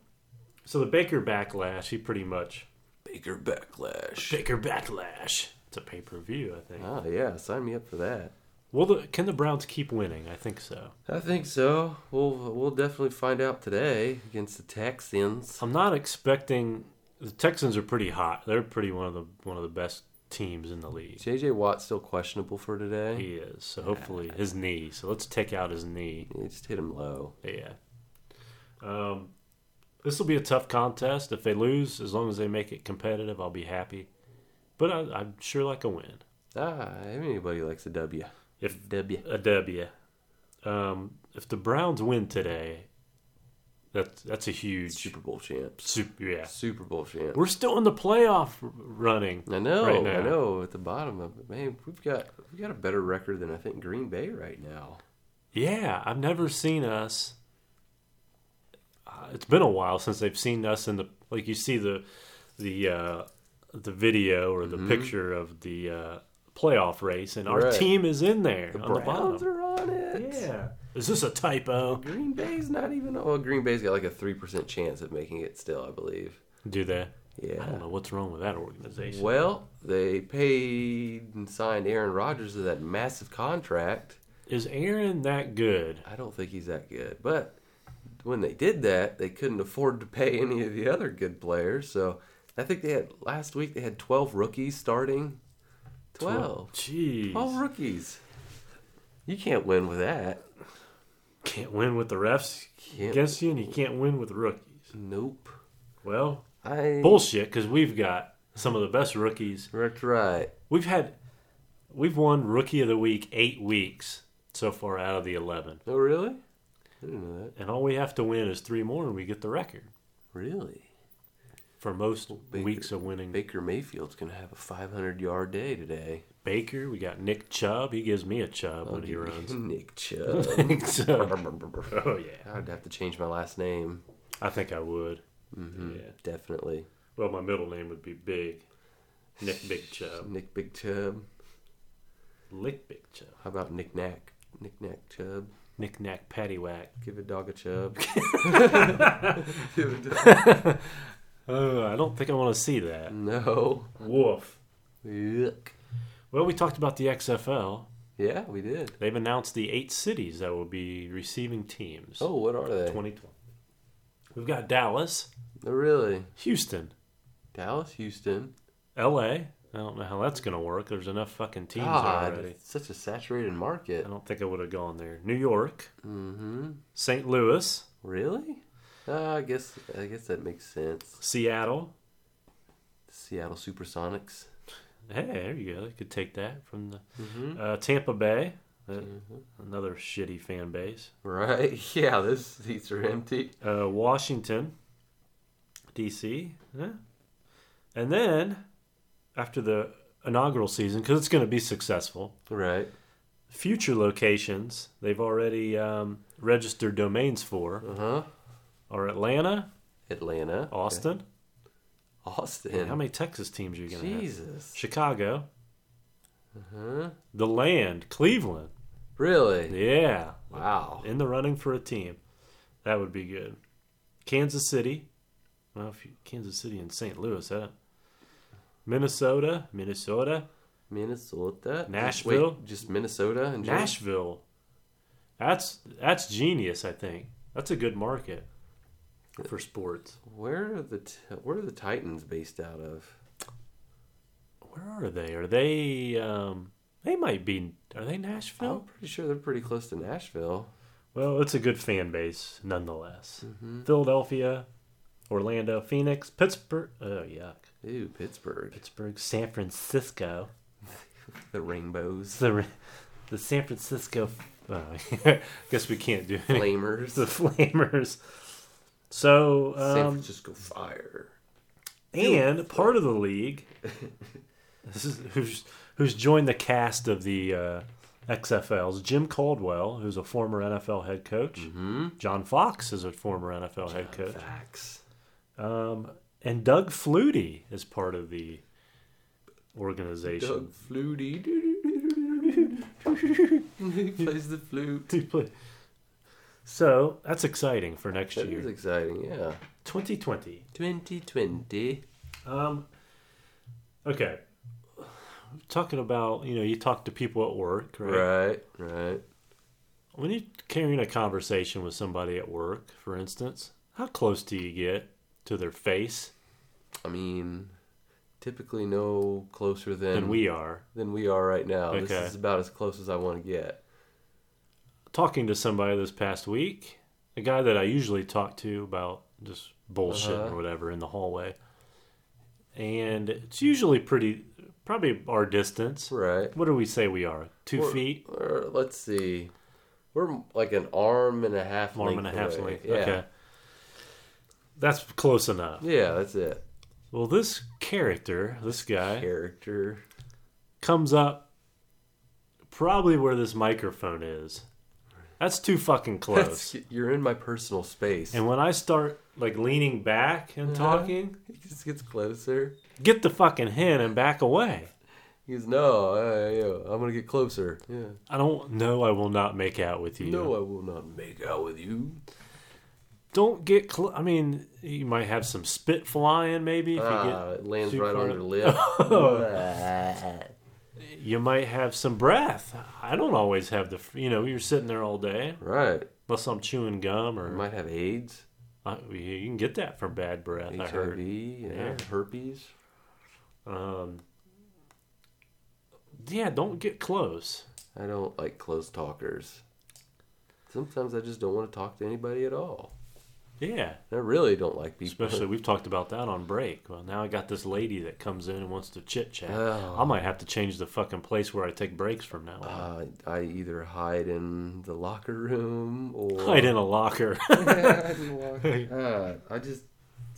[SPEAKER 1] so the Baker backlash, he pretty much
[SPEAKER 2] bigger backlash.
[SPEAKER 1] Baker backlash. It's a pay per view, I think.
[SPEAKER 2] Oh yeah, sign me up for that.
[SPEAKER 1] Well, the, can the Browns keep winning? I think so.
[SPEAKER 2] I think so. We'll we'll definitely find out today against the Texans.
[SPEAKER 1] I'm not expecting the Texans are pretty hot. They're pretty one of the one of the best teams in the league.
[SPEAKER 2] JJ Watt's still questionable for today.
[SPEAKER 1] He is. So hopefully his knee. So let's take out his knee.
[SPEAKER 2] Yeah, just hit him low.
[SPEAKER 1] Yeah. Um this will be a tough contest. If they lose, as long as they make it competitive, I'll be happy. But I, I'd sure like a win.
[SPEAKER 2] Ah, anybody likes a W.
[SPEAKER 1] If
[SPEAKER 2] W.
[SPEAKER 1] a W. Um, if the Browns win today, that's that's a huge
[SPEAKER 2] Super Bowl champs.
[SPEAKER 1] super, yeah.
[SPEAKER 2] Super Bowl champs.
[SPEAKER 1] We're still in the playoff r- running.
[SPEAKER 2] I know,
[SPEAKER 1] Right now.
[SPEAKER 2] I know. At the bottom of it, man, we've got we've got a better record than I think Green Bay right now.
[SPEAKER 1] Yeah, I've never seen us. Uh, it's been a while since they've seen us in the like you see the the uh, the video or the picture of the uh, playoff race, and our
[SPEAKER 2] Mm-hmm. Right.
[SPEAKER 1] team is in there on
[SPEAKER 2] Browns
[SPEAKER 1] the bottom.
[SPEAKER 2] are on it.
[SPEAKER 1] yeah, is this a typo?
[SPEAKER 2] Green Bay's not even. Well, Green Bay's got like a three percent chance of making it still, I believe.
[SPEAKER 1] Do they? I
[SPEAKER 2] Yeah.
[SPEAKER 1] don't know what's wrong with that organization.
[SPEAKER 2] Well, they paid and signed Aaron Rodgers to that massive contract.
[SPEAKER 1] Is Aaron that good?
[SPEAKER 2] I don't think he's that good. But when they did that, they couldn't afford to pay any of the other good players. So I think they had last week they had twelve rookies starting. Twelve.
[SPEAKER 1] Jeez.
[SPEAKER 2] Twelve rookies. You can't win with that.
[SPEAKER 1] Can't win with the refs
[SPEAKER 2] Can't.
[SPEAKER 1] against you, and you can't win with rookies.
[SPEAKER 2] Nope.
[SPEAKER 1] Well,
[SPEAKER 2] I.
[SPEAKER 1] bullshit, because we've got some of the best rookies.
[SPEAKER 2] That's right.
[SPEAKER 1] We've had, we've won rookie of the week eight weeks so far out of the 11.
[SPEAKER 2] Oh really? I didn't know that.
[SPEAKER 1] And all we have to win is three more, and we get the record
[SPEAKER 2] Really?
[SPEAKER 1] for most
[SPEAKER 2] Baker-
[SPEAKER 1] weeks of winning.
[SPEAKER 2] Baker Mayfield's gonna have a 500 yard day today.
[SPEAKER 1] Baker, we got Nick Chubb. He gives me a chub when he
[SPEAKER 2] give me
[SPEAKER 1] runs.
[SPEAKER 2] (laughs) Nick Chubb. (laughs)
[SPEAKER 1] (laughs) so, oh, yeah.
[SPEAKER 2] I'd have to change my last name. Mm-hmm.
[SPEAKER 1] I think I would.
[SPEAKER 2] Hmm.
[SPEAKER 1] Yeah.
[SPEAKER 2] Definitely.
[SPEAKER 1] Well, my middle name would be Big. Nick Big Chubb.
[SPEAKER 2] Nick Big Chubb.
[SPEAKER 1] Lick Big Chubb.
[SPEAKER 2] How about Nick Knack? Nick Knack Chubb.
[SPEAKER 1] Knick Knack Paddywhack.
[SPEAKER 2] Give a dog
[SPEAKER 1] (laughs)
[SPEAKER 2] a chub.
[SPEAKER 1] Oh, I don't think I want to see that.
[SPEAKER 2] no.
[SPEAKER 1] Woof.
[SPEAKER 2] Yuck.
[SPEAKER 1] Well, we talked about the XFL.
[SPEAKER 2] Yeah, we did.
[SPEAKER 1] They've announced the eight cities that will be receiving teams.
[SPEAKER 2] Oh, what are they?
[SPEAKER 1] 2020. We've got Dallas,
[SPEAKER 2] Oh, really?
[SPEAKER 1] Houston,
[SPEAKER 2] Dallas, Houston.
[SPEAKER 1] LA. I don't know how that's going to work. There's enough fucking teams
[SPEAKER 2] God,
[SPEAKER 1] already.
[SPEAKER 2] it's such a saturated market.
[SPEAKER 1] I don't think I would have gone there. New York,
[SPEAKER 2] Mm-hmm.
[SPEAKER 1] St. Louis,
[SPEAKER 2] Really? Uh, I guess I guess that makes sense.
[SPEAKER 1] Seattle.
[SPEAKER 2] Seattle Supersonics.
[SPEAKER 1] Hey, there you go. They could take that from the uh, Tampa Bay. Uh, Another shitty fan base.
[SPEAKER 2] Mm-hmm. Right? (laughs) Yeah, those seats are empty.
[SPEAKER 1] Uh, Washington, D.C. Yeah. And then after the inaugural season, because it's going to be successful,
[SPEAKER 2] Right.
[SPEAKER 1] future locations they've already um, registered domains for
[SPEAKER 2] Uh huh.
[SPEAKER 1] are Atlanta,
[SPEAKER 2] Atlanta.
[SPEAKER 1] Austin.
[SPEAKER 2] Okay. Austin.
[SPEAKER 1] Man, how many Texas teams are you going to have?
[SPEAKER 2] Jesus.
[SPEAKER 1] Chicago,
[SPEAKER 2] Huh?
[SPEAKER 1] the land, Cleveland.
[SPEAKER 2] Really?
[SPEAKER 1] Yeah.
[SPEAKER 2] Wow.
[SPEAKER 1] in the running for a team. That would be good. Kansas City. Well, if you, Kansas City and St. Louis, huh? Minnesota, Minnesota,
[SPEAKER 2] Minnesota. Just-
[SPEAKER 1] Nashville?
[SPEAKER 2] wait, just Minnesota and Germany?
[SPEAKER 1] Nashville. That's that's genius. I think that's a good market for sports.
[SPEAKER 2] Where are the t- Where are the Titans based out of?
[SPEAKER 1] Where are they? Are they? Um, they might be. Are they
[SPEAKER 2] I'm
[SPEAKER 1] Nashville?
[SPEAKER 2] pretty sure they're pretty close to Nashville.
[SPEAKER 1] Oh. Well, it's a good fan base nonetheless. Philadelphia, Orlando, Phoenix, Pittsburgh. Oh yuck!
[SPEAKER 2] Ooh, Pittsburgh.
[SPEAKER 1] Pittsburgh, San Francisco.
[SPEAKER 2] The rainbows,
[SPEAKER 1] the the San Francisco. Uh, (laughs) I guess we can't do (laughs) any.
[SPEAKER 2] flamers,
[SPEAKER 1] (laughs) The Flamers. So
[SPEAKER 2] San
[SPEAKER 1] um,
[SPEAKER 2] Francisco Fire.
[SPEAKER 1] and part of the league,
[SPEAKER 2] (laughs)
[SPEAKER 1] this is who's who's joined the cast of the uh, XFLs. Jim Caldwell, who's a former NFL head coach.
[SPEAKER 2] Mm.
[SPEAKER 1] John Fox is a former NFL head coach,
[SPEAKER 2] Mm-hmm. Facts.
[SPEAKER 1] um, and Doug Flutie is part of the organization. (laughs)
[SPEAKER 2] Doug Flutie. (laughs) he plays the flute.
[SPEAKER 1] He play- So that's exciting for next
[SPEAKER 2] That
[SPEAKER 1] year.
[SPEAKER 2] is exciting. Yeah.
[SPEAKER 1] 2020.
[SPEAKER 2] 2020.
[SPEAKER 1] Um, okay. Talking about, you know, you talk to people at work, right?
[SPEAKER 2] Right. Right.
[SPEAKER 1] When you're carrying a conversation with somebody at work, for instance, how close do you get to their face
[SPEAKER 2] I mean, typically no closer than
[SPEAKER 1] than we are?
[SPEAKER 2] than we are right now.
[SPEAKER 1] Okay.
[SPEAKER 2] This is about as close as I want to get.
[SPEAKER 1] Talking to somebody this past week, a guy that I usually talk to about just bullshit
[SPEAKER 2] Uh-huh.
[SPEAKER 1] or whatever in the hallway, and it's usually pretty, probably our distance.
[SPEAKER 2] Right.
[SPEAKER 1] What do we say we are? 2
[SPEAKER 2] We're-
[SPEAKER 1] feet,
[SPEAKER 2] Or let's see. We're like an arm and a half
[SPEAKER 1] arm
[SPEAKER 2] length.
[SPEAKER 1] and a half
[SPEAKER 2] away.
[SPEAKER 1] length.
[SPEAKER 2] Yeah.
[SPEAKER 1] Okay. That's close enough.
[SPEAKER 2] Yeah, that's it.
[SPEAKER 1] Well, this character, this guy,
[SPEAKER 2] Character.
[SPEAKER 1] comes up probably where this microphone is. That's too fucking close.
[SPEAKER 2] (laughs) That's- you're in my personal space.
[SPEAKER 1] and when I start like leaning back and
[SPEAKER 2] Uh-huh.
[SPEAKER 1] talking,
[SPEAKER 2] (laughs) He just gets closer.
[SPEAKER 1] get the fucking hen and back away.
[SPEAKER 2] He goes, no, I, I, I'm gonna get closer. Yeah.
[SPEAKER 1] I don't know. I will not make out with you.
[SPEAKER 2] No, I will not make out with you.
[SPEAKER 1] Don't get close. I mean, you might have some spit flying, maybe. If you (laughs)
[SPEAKER 2] Ah, it lands
[SPEAKER 1] too
[SPEAKER 2] right
[SPEAKER 1] far-
[SPEAKER 2] on your lip.
[SPEAKER 1] you might have some breath. I don't always have the, you know, you're sitting there all day
[SPEAKER 2] Right.
[SPEAKER 1] unless I'm chewing gum
[SPEAKER 2] You
[SPEAKER 1] or
[SPEAKER 2] might have AIDS,
[SPEAKER 1] I, you can get that from bad breath. I
[SPEAKER 2] HIV,
[SPEAKER 1] heard.
[SPEAKER 2] yeah,
[SPEAKER 1] Yeah.
[SPEAKER 2] herpes.
[SPEAKER 1] Um, yeah, don't get close.
[SPEAKER 2] I don't like close talkers. Sometimes I just don't want to talk to anybody at all.
[SPEAKER 1] Yeah,
[SPEAKER 2] I really don't like people.
[SPEAKER 1] especially
[SPEAKER 2] (laughs)
[SPEAKER 1] we've talked about that on break. Well, now I got this lady that comes in and wants to chit chat.
[SPEAKER 2] Oh.
[SPEAKER 1] I might have to change the fucking place where I take breaks from now on.
[SPEAKER 2] Uh, I either hide in the locker room
[SPEAKER 1] (laughs)
[SPEAKER 2] or
[SPEAKER 1] Hide in a locker.
[SPEAKER 2] (laughs) Yeah,
[SPEAKER 1] (laughs)
[SPEAKER 2] I mean, walk- uh, I just,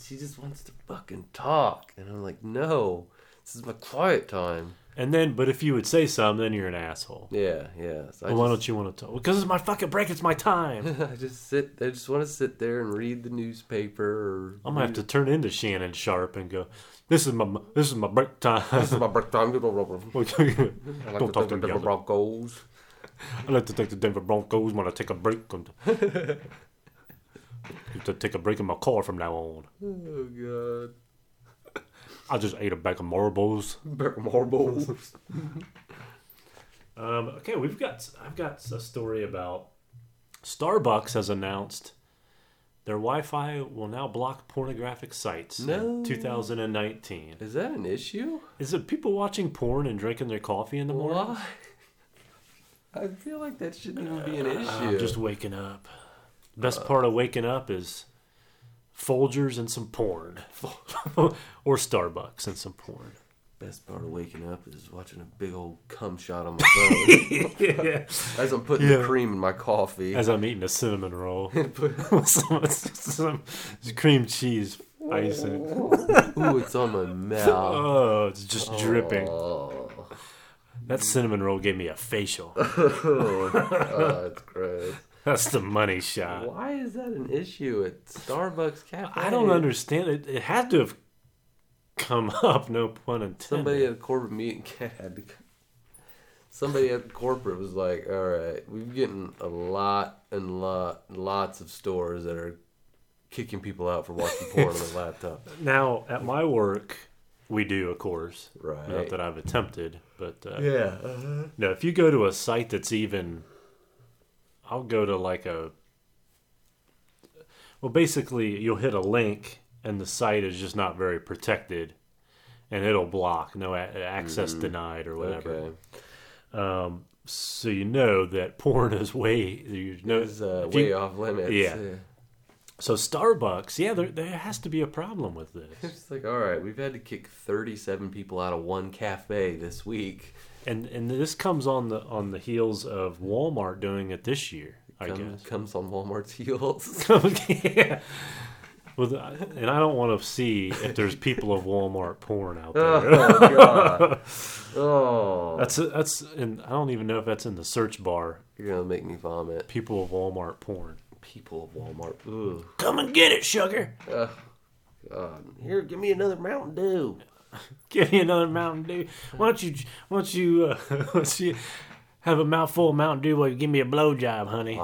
[SPEAKER 2] she just wants to fucking talk, and I'm like, no, this is my quiet time.
[SPEAKER 1] and then, but if you would say something, then you're an asshole.
[SPEAKER 2] Yeah, yeah. So I,
[SPEAKER 1] Well, why
[SPEAKER 2] just,
[SPEAKER 1] don't you want to talk? Because it's my fucking break. It's my time.
[SPEAKER 2] (laughs) I just sit. I just want to sit there and read the newspaper. Or
[SPEAKER 1] I'm gonna have to turn into Shannon Sharp and go. This is my this is my break
[SPEAKER 2] (laughs) This (laughs)
[SPEAKER 1] time. (laughs)
[SPEAKER 2] is my break time. I like
[SPEAKER 1] Don't
[SPEAKER 2] to
[SPEAKER 1] talk
[SPEAKER 2] talk
[SPEAKER 1] to
[SPEAKER 2] to
[SPEAKER 1] me,
[SPEAKER 2] Denver
[SPEAKER 1] Gavin.
[SPEAKER 2] Broncos.
[SPEAKER 1] I like to take the Denver Broncos when I take a break.
[SPEAKER 2] (laughs)
[SPEAKER 1] on- to take a break in my car from now on.
[SPEAKER 2] Oh god,
[SPEAKER 1] I just ate a bag of marbles.
[SPEAKER 2] Bear marbles.
[SPEAKER 1] Um, okay, we've got I've got a story about Starbucks has announced their Wi-Fi will now block pornographic sites in
[SPEAKER 2] No.
[SPEAKER 1] 2019.
[SPEAKER 2] (laughs) is that an issue?
[SPEAKER 1] Is it people watching porn and drinking their coffee in the morning?
[SPEAKER 2] Why? I feel like that shouldn't even be an
[SPEAKER 1] Ah,
[SPEAKER 2] issue.
[SPEAKER 1] I'm just waking up. Best part of waking up is Folgers and some porn, or Starbucks and some porn.
[SPEAKER 2] Best part of waking up is watching a big old cum shot on my
[SPEAKER 1] (laughs)
[SPEAKER 2] phone as I'm putting
[SPEAKER 1] Yeah.
[SPEAKER 2] the cream in my coffee.
[SPEAKER 1] As I'm eating a cinnamon roll with some, some cream cheese icing.
[SPEAKER 2] Ooh, it's on my mouth.
[SPEAKER 1] (laughs) Oh, it's just dripping.
[SPEAKER 2] Oh,
[SPEAKER 1] That cinnamon roll gave me a facial. (laughs)
[SPEAKER 2] oh, it's gross.
[SPEAKER 1] That's the money shot.
[SPEAKER 2] Why is that an issue at Starbucks cafe?
[SPEAKER 1] Uh, I don't understand it. It had to have come (laughs) up, no pun intended.
[SPEAKER 2] Somebody at a corporate meeting had to. Somebody at corporate was like, "All right, we're getting a lot and lot lots of stores that are kicking people out for watching
[SPEAKER 1] (laughs)
[SPEAKER 2] porn on their laptop."
[SPEAKER 1] Now, at my work, we do, of course. Not
[SPEAKER 2] Right.
[SPEAKER 1] that I've attempted, but uh,
[SPEAKER 2] Yeah. Uh-huh.
[SPEAKER 1] no, if you go to a site that's even. I'll go to like a. Well, basically, you'll hit a link, and the site is just not very protected, and it'll block, no a- access denied or whatever.
[SPEAKER 2] Mm. Okay.
[SPEAKER 1] Um, so you know that porn is way you know
[SPEAKER 2] It's uh,
[SPEAKER 1] if you-
[SPEAKER 2] way off limits.
[SPEAKER 1] yeah. So Starbucks, yeah, there there has to be a problem with (laughs) this,
[SPEAKER 2] (laughs) It's like, all right, we've had to kick 37 people out of one cafe this week.
[SPEAKER 1] and and this comes on the on the heels of Walmart doing it this year, I
[SPEAKER 2] Come,
[SPEAKER 1] guess.
[SPEAKER 2] comes on
[SPEAKER 1] (laughs)
[SPEAKER 2] Walmart's (laughs) heels.
[SPEAKER 1] yeah. Well, the- and I don't want to see if there's people of Walmart porn out there.
[SPEAKER 2] oh,
[SPEAKER 1] (laughs)
[SPEAKER 2] God. Oh.
[SPEAKER 1] That's that's, and I don't even know if that's in the search bar.
[SPEAKER 2] You're going to make me vomit.
[SPEAKER 1] People of Walmart porn.
[SPEAKER 2] People of Walmart. Ugh.
[SPEAKER 1] Come and get it, sugar.
[SPEAKER 2] God. Here, give me another Mountain Dew. (laughs)
[SPEAKER 1] (laughs) Give me another Mountain Dew. Why don't you, why don't you, uh, (laughs) why don't you have a mouthful of Mountain Dew while you give me a blowjob, honey?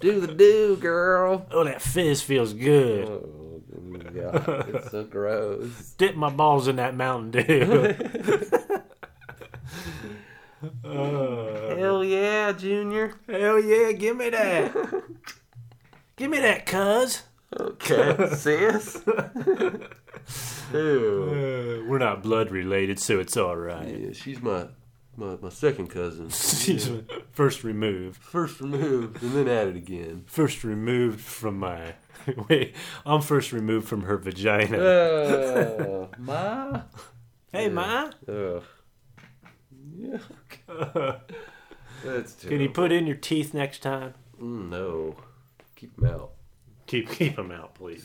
[SPEAKER 2] Do the do, girl.
[SPEAKER 1] Oh, that fizz feels good.
[SPEAKER 2] Oh, God. It's so gross.
[SPEAKER 1] Dip my balls in that Mountain Dew. (laughs)
[SPEAKER 2] Hell yeah, Junior.
[SPEAKER 1] Hell yeah, give me that. give me that, cuz.
[SPEAKER 2] Okay, sis. Ew.
[SPEAKER 1] Uh, we're not blood related, so it's all right.
[SPEAKER 2] Yeah, she's my my, my second (laughs) cousin.
[SPEAKER 1] She's (laughs) first removed.
[SPEAKER 2] First removed and then added again.
[SPEAKER 1] First removed from my. (laughs) Wait, I'm first removed from her vagina.
[SPEAKER 2] Uh, my.
[SPEAKER 1] hey, (laughs) Ma,
[SPEAKER 2] Ugh. Yeah. That's terrible.
[SPEAKER 1] can you put in your teeth next time?
[SPEAKER 2] Mm, no. Keep them out.
[SPEAKER 1] Keep keep them out, please.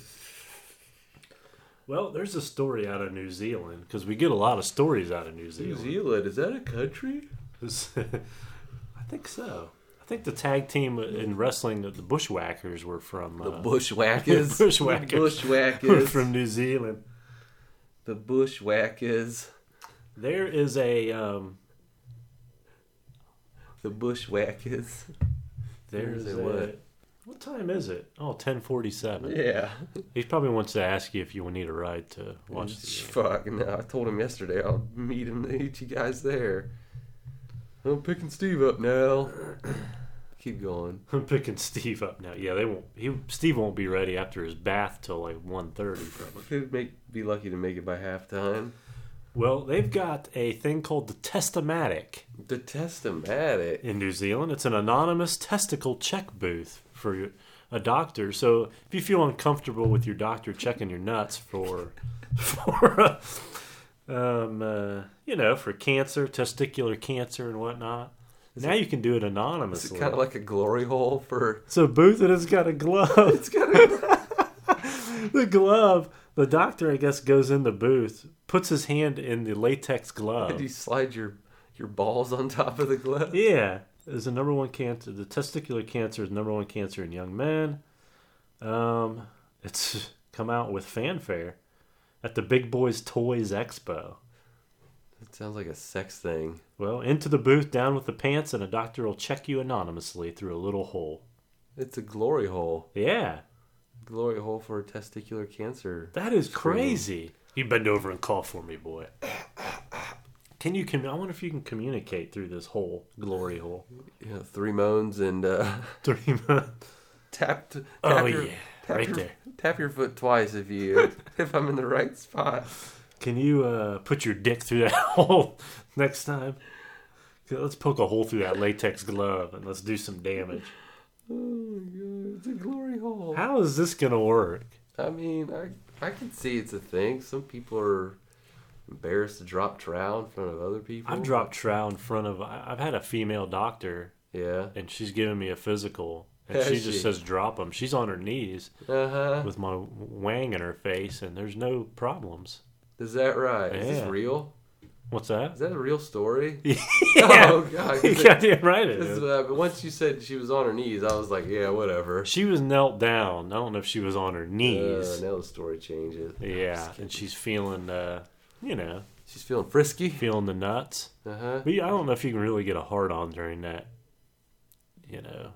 [SPEAKER 1] Well, there's a story out of New Zealand because we get a lot of stories out of New
[SPEAKER 2] New
[SPEAKER 1] Zealand.
[SPEAKER 2] Zealand is that a country?
[SPEAKER 1] (laughs) I think so. I think the tag team in wrestling, the Bushwhackers, were from uh,
[SPEAKER 2] The
[SPEAKER 1] (laughs)
[SPEAKER 2] bushwhackers.
[SPEAKER 1] The bushwhackers.
[SPEAKER 2] The
[SPEAKER 1] were
[SPEAKER 2] bushwhackers.
[SPEAKER 1] from New Zealand.
[SPEAKER 2] the bushwhackers.
[SPEAKER 1] There is a um,
[SPEAKER 2] The bushwhackers.
[SPEAKER 1] there
[SPEAKER 2] Is
[SPEAKER 1] is
[SPEAKER 2] it
[SPEAKER 1] a
[SPEAKER 2] what?
[SPEAKER 1] What time is it? Oh, 1047.
[SPEAKER 2] Yeah.
[SPEAKER 1] He probably wants to ask you if you need a ride to watch the uh, game.
[SPEAKER 2] Fuck, no. I told him yesterday I'll meet him, meet you guys there. I'm picking Steve up now. (clears throat) Keep going.
[SPEAKER 1] (laughs) I'm picking Steve up now. Yeah, they won't. He Steve won't be ready after his bath till like 1.30 probably.
[SPEAKER 2] He'd make, be lucky to make it by halftime.
[SPEAKER 1] Well, they've got a thing called the Testomatic
[SPEAKER 2] The Testomatic.
[SPEAKER 1] in New Zealand. It's an anonymous testicle check booth for a doctor. So if you feel uncomfortable with your doctor checking your nuts for (laughs) for uh, um, uh, you know for cancer, testicular cancer, and whatnot. now you can do it
[SPEAKER 2] It's
[SPEAKER 1] anonymously.
[SPEAKER 2] kind of like a glory hole for.
[SPEAKER 1] So Booth and has got a glove.
[SPEAKER 2] It's kind of.
[SPEAKER 1] (laughs) the glove. The doctor, I guess, goes in the booth, puts his hand in the latex glove.
[SPEAKER 2] (laughs) you slide your your balls on top of the glove?
[SPEAKER 1] Oh. Yeah, is the number one cancer. The testicular cancer is number one cancer in young men. Um, it's (laughs) come out with fanfare at the Big Boys Toys Expo.
[SPEAKER 2] It sounds like a sex thing.
[SPEAKER 1] Well, into the booth, down with the pants, and a doctor will check you anonymously through a little hole.
[SPEAKER 2] It's a glory hole.
[SPEAKER 1] Yeah,
[SPEAKER 2] Glory hole for testicular cancer.
[SPEAKER 1] That is crazy. You bend over and call for me, boy. Can you? Commu- I wonder if you can communicate through this whole glory hole.
[SPEAKER 2] Yeah, three moans and uh, (laughs)
[SPEAKER 1] Three months.
[SPEAKER 2] tap. t- tap
[SPEAKER 1] Oh
[SPEAKER 2] your,
[SPEAKER 1] yeah,
[SPEAKER 2] tap
[SPEAKER 1] right
[SPEAKER 2] your,
[SPEAKER 1] there.
[SPEAKER 2] Tap your foot twice
[SPEAKER 1] (laughs)
[SPEAKER 2] if you (laughs) if I'm in the right spot.
[SPEAKER 1] Can you uh, put your dick through that (laughs) hole next time? Okay, Let's poke a hole through that latex glove and let's do some damage.
[SPEAKER 2] Oh my god, it's a glory hole.
[SPEAKER 1] How is this gonna work?
[SPEAKER 2] I mean, I I can see it's a thing. Some people are embarrassed to drop trowel in front of other people.
[SPEAKER 1] I've dropped trow in front of. I- I've had a female doctor
[SPEAKER 2] Yeah.
[SPEAKER 1] and she's giving me a physical, and
[SPEAKER 2] Has
[SPEAKER 1] she just
[SPEAKER 2] she?
[SPEAKER 1] says drop them. She's on her knees.
[SPEAKER 2] Uh huh.
[SPEAKER 1] with my wang in her face, and there's no problems.
[SPEAKER 2] Is that right? Is
[SPEAKER 1] Yeah.
[SPEAKER 2] this real?
[SPEAKER 1] What's that?
[SPEAKER 2] (laughs) Is that a real story?
[SPEAKER 1] (laughs) Yeah.
[SPEAKER 2] (laughs) Oh god.
[SPEAKER 1] (laughs)
[SPEAKER 2] 'cause it-
[SPEAKER 1] Goddamn right it
[SPEAKER 2] this is
[SPEAKER 1] is.
[SPEAKER 2] what happened. Once you said she was on her knees, I was like, yeah, whatever.
[SPEAKER 1] She was knelt down. I don't know if she was on her
[SPEAKER 2] Uh,
[SPEAKER 1] knees.
[SPEAKER 2] now the story changes.
[SPEAKER 1] yeah, and she's feeling, uh, you know,
[SPEAKER 2] She's feeling frisky.
[SPEAKER 1] feeling the nuts.
[SPEAKER 2] Uh huh.
[SPEAKER 1] But yeah, I don't know if you can really get a hard on during that, you know,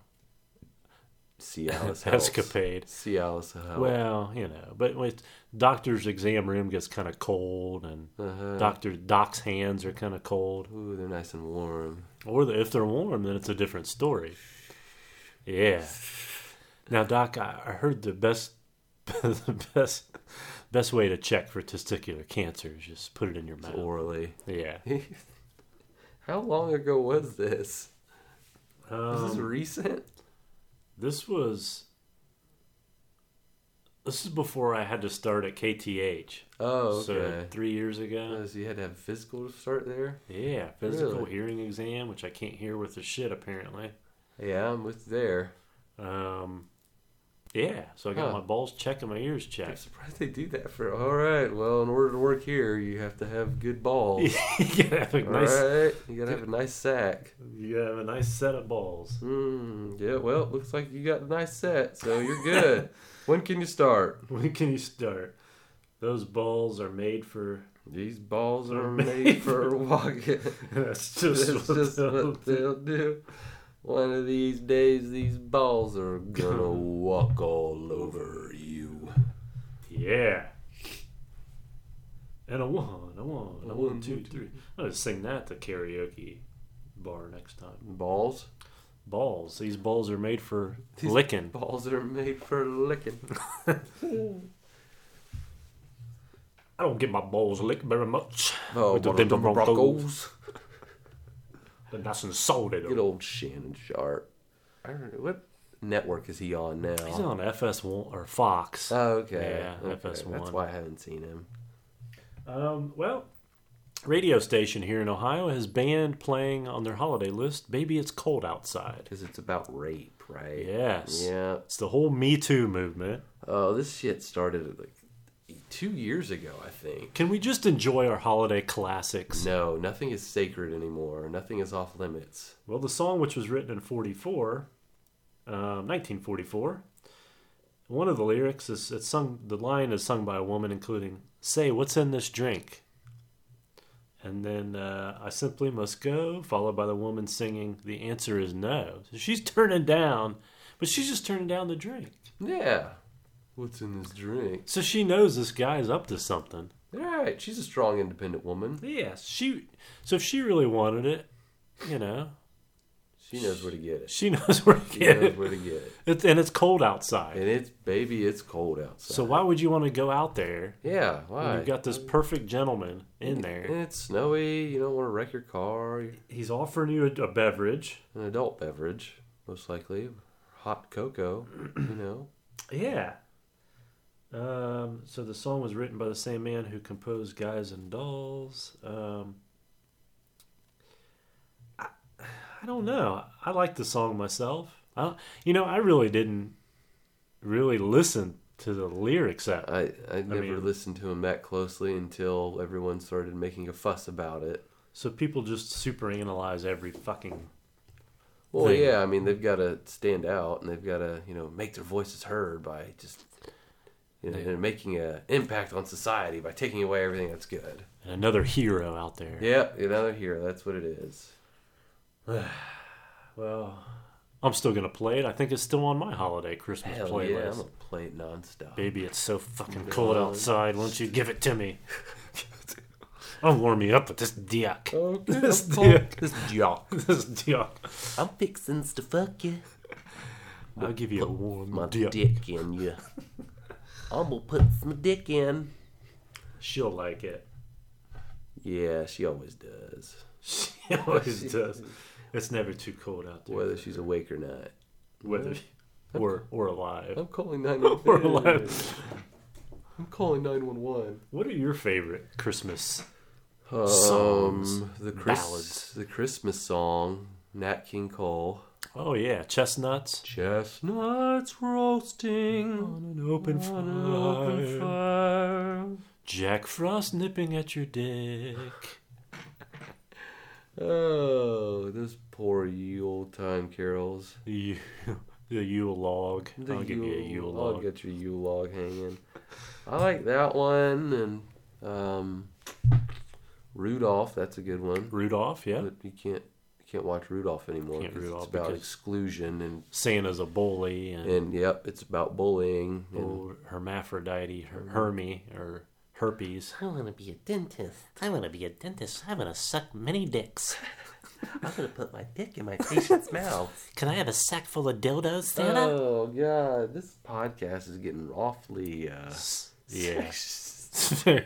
[SPEAKER 1] (laughs)
[SPEAKER 2] See Alice. helps.
[SPEAKER 1] escapade.
[SPEAKER 2] See Alice. Helps.
[SPEAKER 1] Well, you know, but with doctor's exam room gets kind of cold, and
[SPEAKER 2] Uh-huh.
[SPEAKER 1] doctor doc's hands are kind of cold.
[SPEAKER 2] Ooh, they're nice and warm.
[SPEAKER 1] Or the, if they're warm, then it's a different story. Yeah. Now, Doc, I I heard the best, (laughs) the best, best way to check for testicular cancer is just put it in your
[SPEAKER 2] It's
[SPEAKER 1] mouth.
[SPEAKER 2] orally. (laughs)
[SPEAKER 1] Yeah.
[SPEAKER 2] How long ago was this? Was this
[SPEAKER 1] Um,
[SPEAKER 2] recent?
[SPEAKER 1] this was. This is before I had to start at KTH.
[SPEAKER 2] Oh,
[SPEAKER 1] So
[SPEAKER 2] okay.
[SPEAKER 1] three years ago.
[SPEAKER 2] Oh, So you had to have physical to start there.
[SPEAKER 1] Yeah, physical
[SPEAKER 2] Really?
[SPEAKER 1] hearing exam, which I can't hear with the shit apparently.
[SPEAKER 2] Yeah, I'm with there.
[SPEAKER 1] Um, yeah, so I got
[SPEAKER 2] Huh.
[SPEAKER 1] my balls checked and my ears
[SPEAKER 2] I'm (laughs)
[SPEAKER 1] checked. (laughs)
[SPEAKER 2] surprised they do that for. All right. Well, in order to work here, you have to have good
[SPEAKER 1] (laughs)
[SPEAKER 2] balls.
[SPEAKER 1] you gotta have a
[SPEAKER 2] All
[SPEAKER 1] nice,
[SPEAKER 2] right. You gotta have a nice sack.
[SPEAKER 1] you gotta have a nice set of balls. (laughs)
[SPEAKER 2] Mm, yeah, well, it looks like you got a nice set, so
[SPEAKER 1] (laughs)
[SPEAKER 2] you're good. when can you start?
[SPEAKER 1] When can you start? Those balls are made for. (laughs)
[SPEAKER 2] These balls (laughs) are made for walking.
[SPEAKER 1] That's
[SPEAKER 2] (laughs) That's
[SPEAKER 1] just, what
[SPEAKER 2] just
[SPEAKER 1] they'll
[SPEAKER 2] what they'll do. One of these days, these balls are (laughs) gonna walk all over you.
[SPEAKER 1] do. Yeah. And a one, a one, a
[SPEAKER 2] A
[SPEAKER 1] one,
[SPEAKER 2] one,
[SPEAKER 1] two,
[SPEAKER 2] two,
[SPEAKER 1] three. I'm gonna sing that to karaoke bar next time.
[SPEAKER 2] Balls?
[SPEAKER 1] Balls. These balls are made for
[SPEAKER 2] These-
[SPEAKER 1] licking.
[SPEAKER 2] Balls are made for licking.
[SPEAKER 1] I don't get my balls licked very much,
[SPEAKER 2] Oh,
[SPEAKER 1] With the
[SPEAKER 2] one of them
[SPEAKER 1] Denver
[SPEAKER 2] Broncos.
[SPEAKER 1] but that's insulted.
[SPEAKER 2] Good old Shannon Sharp. I don't know. What network is he on now?
[SPEAKER 1] He's on FS1 or Fox.
[SPEAKER 2] Oh, okay.
[SPEAKER 1] Yeah,
[SPEAKER 2] okay. That's
[SPEAKER 1] FS1.
[SPEAKER 2] why I haven't seen him.
[SPEAKER 1] Um, well, radio station here in Ohio has banned playing on their holiday list. Baby, it's cold outside.
[SPEAKER 2] Because it's about rape, right?
[SPEAKER 1] Yes.
[SPEAKER 2] Yeah.
[SPEAKER 1] It's the whole Me Too movement.
[SPEAKER 2] Oh, this shit started like two years ago, I think.
[SPEAKER 1] Can we just enjoy our holiday classics?
[SPEAKER 2] No, nothing is sacred anymore. Nothing is off limits.
[SPEAKER 1] Well, the song, which was written in 44, um, 1944, one of the lyrics is it's sung, the line is sung by a woman, including, Say, what's in this drink? And then uh, I simply must go, followed by the woman singing, The answer is no. So she's turning down But she's just turning down the drink.
[SPEAKER 2] Yeah. What's in this drink?
[SPEAKER 1] So she knows this guy's up to something.
[SPEAKER 2] All right. She's a strong, independent woman.
[SPEAKER 1] Yeah, she. So if she really wanted it, you know,
[SPEAKER 2] She knows where to get it.
[SPEAKER 1] she (laughs) knows where to
[SPEAKER 2] She
[SPEAKER 1] get
[SPEAKER 2] knows
[SPEAKER 1] it.
[SPEAKER 2] where to get it.
[SPEAKER 1] It's, and it's cold outside.
[SPEAKER 2] And it's baby, it's cold outside.
[SPEAKER 1] So why would you want to go out there
[SPEAKER 2] yeah,
[SPEAKER 1] when
[SPEAKER 2] why?
[SPEAKER 1] you've got this perfect gentleman in there?
[SPEAKER 2] and it's snowy. You don't want to wreck your car. You're
[SPEAKER 1] He's offering you a, a beverage.
[SPEAKER 2] an adult beverage, most likely, hot cocoa. You know.
[SPEAKER 1] Yeah. Um, so the song was written by the same man who composed Guys and Dolls. Um, I, I don't know. I like the song myself. I don't, you know, I really didn't really listen to the lyrics that
[SPEAKER 2] I I never
[SPEAKER 1] mean-
[SPEAKER 2] listened to him that closely until everyone started making a fuss about it.
[SPEAKER 1] so people just super analyze every fucking
[SPEAKER 2] Well,
[SPEAKER 1] thing.
[SPEAKER 2] yeah, I mean they've got to stand out and they've got to you know make their voices heard by just you know
[SPEAKER 1] They-
[SPEAKER 2] making an impact on society by taking away everything that's good.
[SPEAKER 1] and another hero out there.
[SPEAKER 2] Yeah, another hero. That's what it is.
[SPEAKER 1] Well, I'm still gonna play it. I think it's still on my holiday Christmas
[SPEAKER 2] Hell
[SPEAKER 1] playlist.
[SPEAKER 2] yeah, I'm gonna play it nonstop.
[SPEAKER 1] Baby, it's so fucking cold outside. Won't you give it to
[SPEAKER 2] (laughs)
[SPEAKER 1] me? (laughs) I'll warm you up with this dick.
[SPEAKER 2] Okay,
[SPEAKER 1] (laughs) This
[SPEAKER 2] Oh, I'm cold.
[SPEAKER 1] dick.
[SPEAKER 2] this jock.
[SPEAKER 1] (laughs) This dick.
[SPEAKER 2] I'm fixing to fuck you.
[SPEAKER 1] I'll give you a
[SPEAKER 2] My
[SPEAKER 1] warm
[SPEAKER 2] dick,
[SPEAKER 1] dick.
[SPEAKER 2] in you. I'm gonna put my dick in.
[SPEAKER 1] She'll like it. (laughs)
[SPEAKER 2] Yeah, she always does.
[SPEAKER 1] She always
[SPEAKER 2] (laughs)
[SPEAKER 1] does. It's never too cold out there.
[SPEAKER 2] Whether she's awake or not.
[SPEAKER 1] Whether (laughs) or or alive.
[SPEAKER 2] I'm calling
[SPEAKER 1] Or
[SPEAKER 2] 911.
[SPEAKER 1] alive.
[SPEAKER 2] I'm calling 911.
[SPEAKER 1] What are your favorite Christmas?
[SPEAKER 2] Um,
[SPEAKER 1] Songs.
[SPEAKER 2] the Chris,
[SPEAKER 1] Ballads.
[SPEAKER 2] the Christmas song, Nat King Cole.
[SPEAKER 1] Oh yeah, chestnuts.
[SPEAKER 2] Chestnuts roasting
[SPEAKER 1] On an open
[SPEAKER 2] on an open
[SPEAKER 1] fire.
[SPEAKER 2] fire.
[SPEAKER 1] Jack Frost nipping at your dick.
[SPEAKER 2] Oh, those poor Yule time carols.
[SPEAKER 1] You, (laughs) the Yule log. I'll give you a Yule
[SPEAKER 2] I'll
[SPEAKER 1] log.
[SPEAKER 2] get your Yule log hanging. I like that one and um, Rudolph. That's a good one.
[SPEAKER 1] Rudolph, yeah.
[SPEAKER 2] But you can't you can't watch Rudolph anymore.
[SPEAKER 1] Can't
[SPEAKER 2] 'cause
[SPEAKER 1] Rudolph
[SPEAKER 2] it's about
[SPEAKER 1] because-
[SPEAKER 2] exclusion and
[SPEAKER 1] Santa's a bully and,
[SPEAKER 2] and yep, it's about bullying. And,
[SPEAKER 1] oh, hermaphrodite, her, Hermie, or herpes.
[SPEAKER 3] Mm-hmm. I want to be a dentist. I want to be a dentist. I want to suck many dicks.
[SPEAKER 2] I'm gonna put my dick in my patient's mouth.
[SPEAKER 3] Can I have a sack full of dildos, Santa? (laughs)
[SPEAKER 2] Oh god, this podcast is getting awfully. Uh,
[SPEAKER 1] Yeah. (laughs)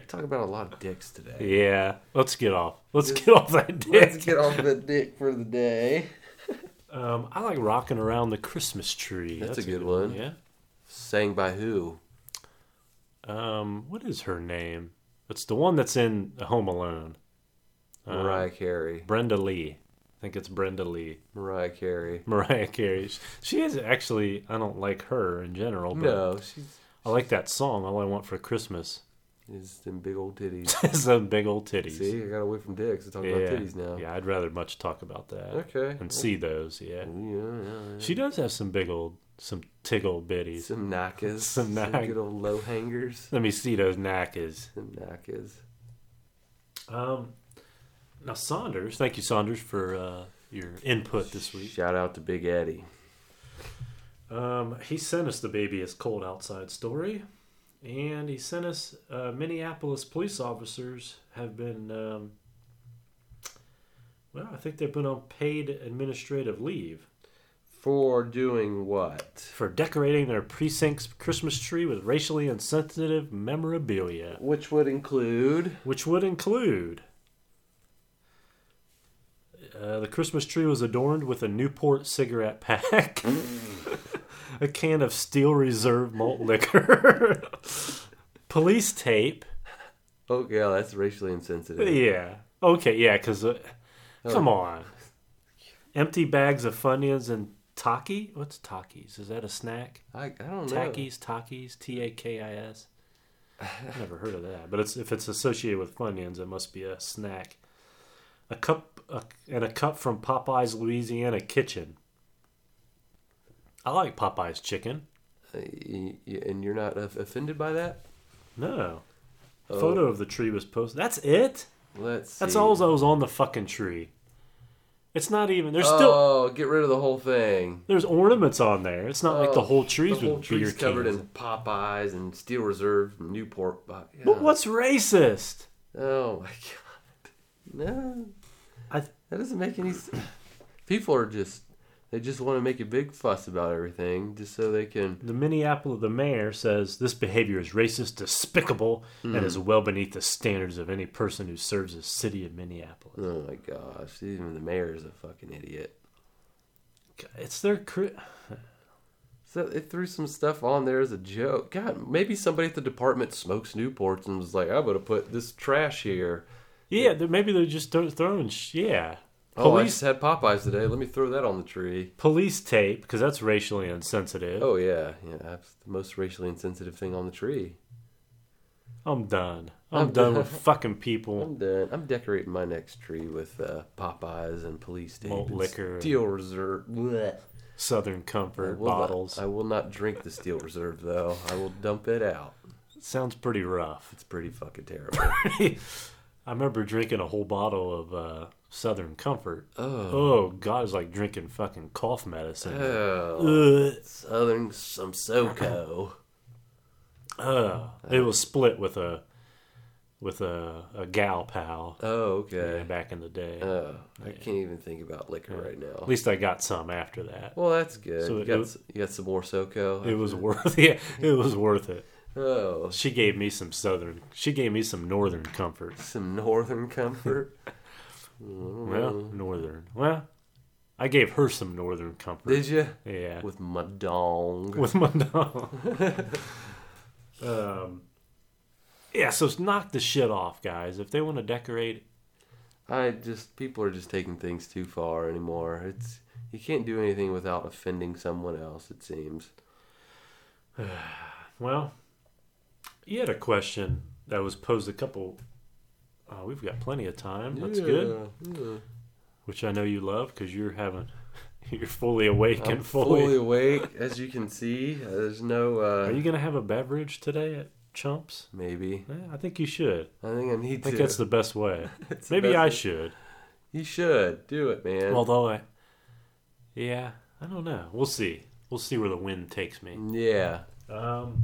[SPEAKER 2] talk about a lot of dicks today.
[SPEAKER 1] yeah. Let's get off. Let's get off that
[SPEAKER 2] Let's
[SPEAKER 1] dick.
[SPEAKER 2] get off the dick for the day.
[SPEAKER 1] Um, I like rocking around the Christmas tree.
[SPEAKER 2] That's a good one.
[SPEAKER 1] Yeah.
[SPEAKER 2] Sang by who?
[SPEAKER 1] Um, what is her name? It's the one that's in Home Alone. Um,
[SPEAKER 2] Mariah Carey.
[SPEAKER 1] Brenda Lee. I think it's Brenda Lee. (laughs)
[SPEAKER 2] Mariah Carey.
[SPEAKER 1] Mariah Carey. She is actually. I don't like her in general, but
[SPEAKER 2] No, she's
[SPEAKER 1] I like that song. All I want for Christmas (laughs)
[SPEAKER 2] is them big old titties.
[SPEAKER 1] is some big old titties.
[SPEAKER 2] See, I got away from dicks. I talk about titties now.
[SPEAKER 1] Yeah, I'd rather much talk about that
[SPEAKER 2] Okay.
[SPEAKER 1] and see those. Yeah,
[SPEAKER 2] Yeah, yeah,
[SPEAKER 1] she does have some big old, some tickle
[SPEAKER 2] yeah.
[SPEAKER 1] bitties.
[SPEAKER 2] Some knackas.
[SPEAKER 1] Some
[SPEAKER 2] Some,
[SPEAKER 1] knack-
[SPEAKER 2] good old low hangers.
[SPEAKER 1] Let me see those knackers.
[SPEAKER 2] Some knackas.
[SPEAKER 1] Um, now Saunders, thank you Saunders for uh, your input this week.
[SPEAKER 2] Shout out to Big Eddie.
[SPEAKER 1] Um, he sent us the baby is cold outside story, and he sent us uh, Minneapolis police officers have been. Um, well, I think they've been on paid administrative leave.
[SPEAKER 2] For doing what?
[SPEAKER 1] for decorating their precinct's Christmas tree with racially insensitive memorabilia,
[SPEAKER 2] Which would include.
[SPEAKER 1] which would include. Uh, the Christmas tree was adorned with a Newport cigarette pack, (laughs) a can of Steel Reserve malt liquor, (laughs) police tape.
[SPEAKER 2] Oh, yeah, that's racially insensitive.
[SPEAKER 1] Yeah. Okay, yeah, because. Uh, come on. Empty bags of Funyuns and Takis. What's Takis? Is that a snack?
[SPEAKER 2] I, I don't know.
[SPEAKER 1] Takis, Takis, T A K I S. I've (laughs) never heard of that, but it's if it's associated with Funyuns, it must be a snack. A cup a, and a cup from Popeye's Louisiana Kitchen. I like Popeye's chicken.
[SPEAKER 2] Uh, y- y- And you're not of- offended by that?
[SPEAKER 1] No, photo of the tree was posted. That's it.
[SPEAKER 2] Let's Oh. see.
[SPEAKER 1] That's all that was on the fucking tree. It's not even. There's still
[SPEAKER 2] Oh, get rid of the whole thing.
[SPEAKER 1] there's ornaments on there. It's not like the
[SPEAKER 2] Oh,
[SPEAKER 1] whole trees
[SPEAKER 2] the whole
[SPEAKER 1] with
[SPEAKER 2] tree's
[SPEAKER 1] beer
[SPEAKER 2] covered
[SPEAKER 1] cans.
[SPEAKER 2] in Popeyes and Steel Reserve and Newport. But, yeah.
[SPEAKER 1] But what's racist?
[SPEAKER 2] Oh my god. No,
[SPEAKER 1] I th-
[SPEAKER 2] that doesn't make any sense. People are just they just want to make a big fuss about everything just so they can
[SPEAKER 1] The Minneapolis, the mayor says this behavior is racist, despicable,
[SPEAKER 2] Hmm.
[SPEAKER 1] and is well beneath the standards of any person who serves the city of Minneapolis.
[SPEAKER 2] Oh my gosh, even the mayor is a fucking idiot.
[SPEAKER 1] It's their cri-
[SPEAKER 2] So they threw some stuff on there as a joke. God, maybe somebody at the department smokes Newports and was like, "I'm gonna put this trash here."
[SPEAKER 1] yeah. They're, maybe they're just throw- throwing sh- yeah.
[SPEAKER 2] Oh, I
[SPEAKER 1] Police
[SPEAKER 2] just had Popeyes today. Let me throw that on the tree.
[SPEAKER 1] police tape because that's racially insensitive.
[SPEAKER 2] Oh yeah, yeah, that's the most racially insensitive thing on the tree.
[SPEAKER 1] I'm
[SPEAKER 2] (laughs)
[SPEAKER 1] done. I'm,
[SPEAKER 2] I'm
[SPEAKER 1] done
[SPEAKER 2] done.
[SPEAKER 1] with fucking people.
[SPEAKER 2] I'm done. I'm decorating my next tree with uh, Popeyes and police tape,
[SPEAKER 1] Malt
[SPEAKER 2] and
[SPEAKER 1] liquor.
[SPEAKER 2] Steel Reserve. Blech.
[SPEAKER 1] Southern
[SPEAKER 2] I
[SPEAKER 1] Comfort
[SPEAKER 2] will not-
[SPEAKER 1] bottles.
[SPEAKER 2] I will not drink the Steel Reserve though. I will dump it out.
[SPEAKER 1] Sounds pretty rough.
[SPEAKER 2] It's pretty
[SPEAKER 1] (laughs)
[SPEAKER 2] fucking terrible.
[SPEAKER 1] I remember drinking a whole bottle of uh, Southern Comfort.
[SPEAKER 2] Oh.
[SPEAKER 1] Oh, God, it's like drinking fucking cough medicine.
[SPEAKER 2] oh,
[SPEAKER 1] Ugh.
[SPEAKER 2] Southern some SoCo.
[SPEAKER 1] Ugh. It was split with a with a, a gal pal
[SPEAKER 2] Oh okay.
[SPEAKER 1] yeah, back in the day.
[SPEAKER 2] Oh, I can't even think about liquor right now.
[SPEAKER 1] At least I got some after that.
[SPEAKER 2] Well, that's good.
[SPEAKER 1] So
[SPEAKER 2] you,
[SPEAKER 1] it
[SPEAKER 2] got,
[SPEAKER 1] was-
[SPEAKER 2] s- you got some more SoCo.
[SPEAKER 1] It was worth (laughs) yeah, it was worth it.
[SPEAKER 2] oh, (laughs)
[SPEAKER 1] She gave me some southern she gave me some northern comfort.
[SPEAKER 2] some Northern comfort.
[SPEAKER 1] (laughs) Well, northern. Well, I gave her some northern comfort.
[SPEAKER 2] Did you?
[SPEAKER 1] Yeah, with,
[SPEAKER 2] With my dong.
[SPEAKER 1] (laughs) my dog. um, yeah. So knock the shit off, guys. If they want to decorate,
[SPEAKER 2] I just people are just taking things too far anymore. It's you can't do anything without offending someone else. It seems.
[SPEAKER 1] well, you had a question that was posed a couple. Oh, we've got plenty of time. That's good. Which I know you love because you're having, (laughs) you're fully awake
[SPEAKER 2] I'm
[SPEAKER 1] and fully.
[SPEAKER 2] fully awake, as you can see. There's no uh,
[SPEAKER 1] Are you gonna have a beverage today at Chumps?
[SPEAKER 2] maybe.
[SPEAKER 1] Eh, I think you should.
[SPEAKER 2] I think I need
[SPEAKER 1] I think
[SPEAKER 2] to.
[SPEAKER 1] that's the best way.
[SPEAKER 2] (laughs) It's the
[SPEAKER 1] Maybe
[SPEAKER 2] best
[SPEAKER 1] I
[SPEAKER 2] way.
[SPEAKER 1] should.
[SPEAKER 2] You should do it, man.
[SPEAKER 1] Although I, yeah, I don't know. We'll see. We'll see where the wind takes me.
[SPEAKER 2] yeah.
[SPEAKER 1] Um,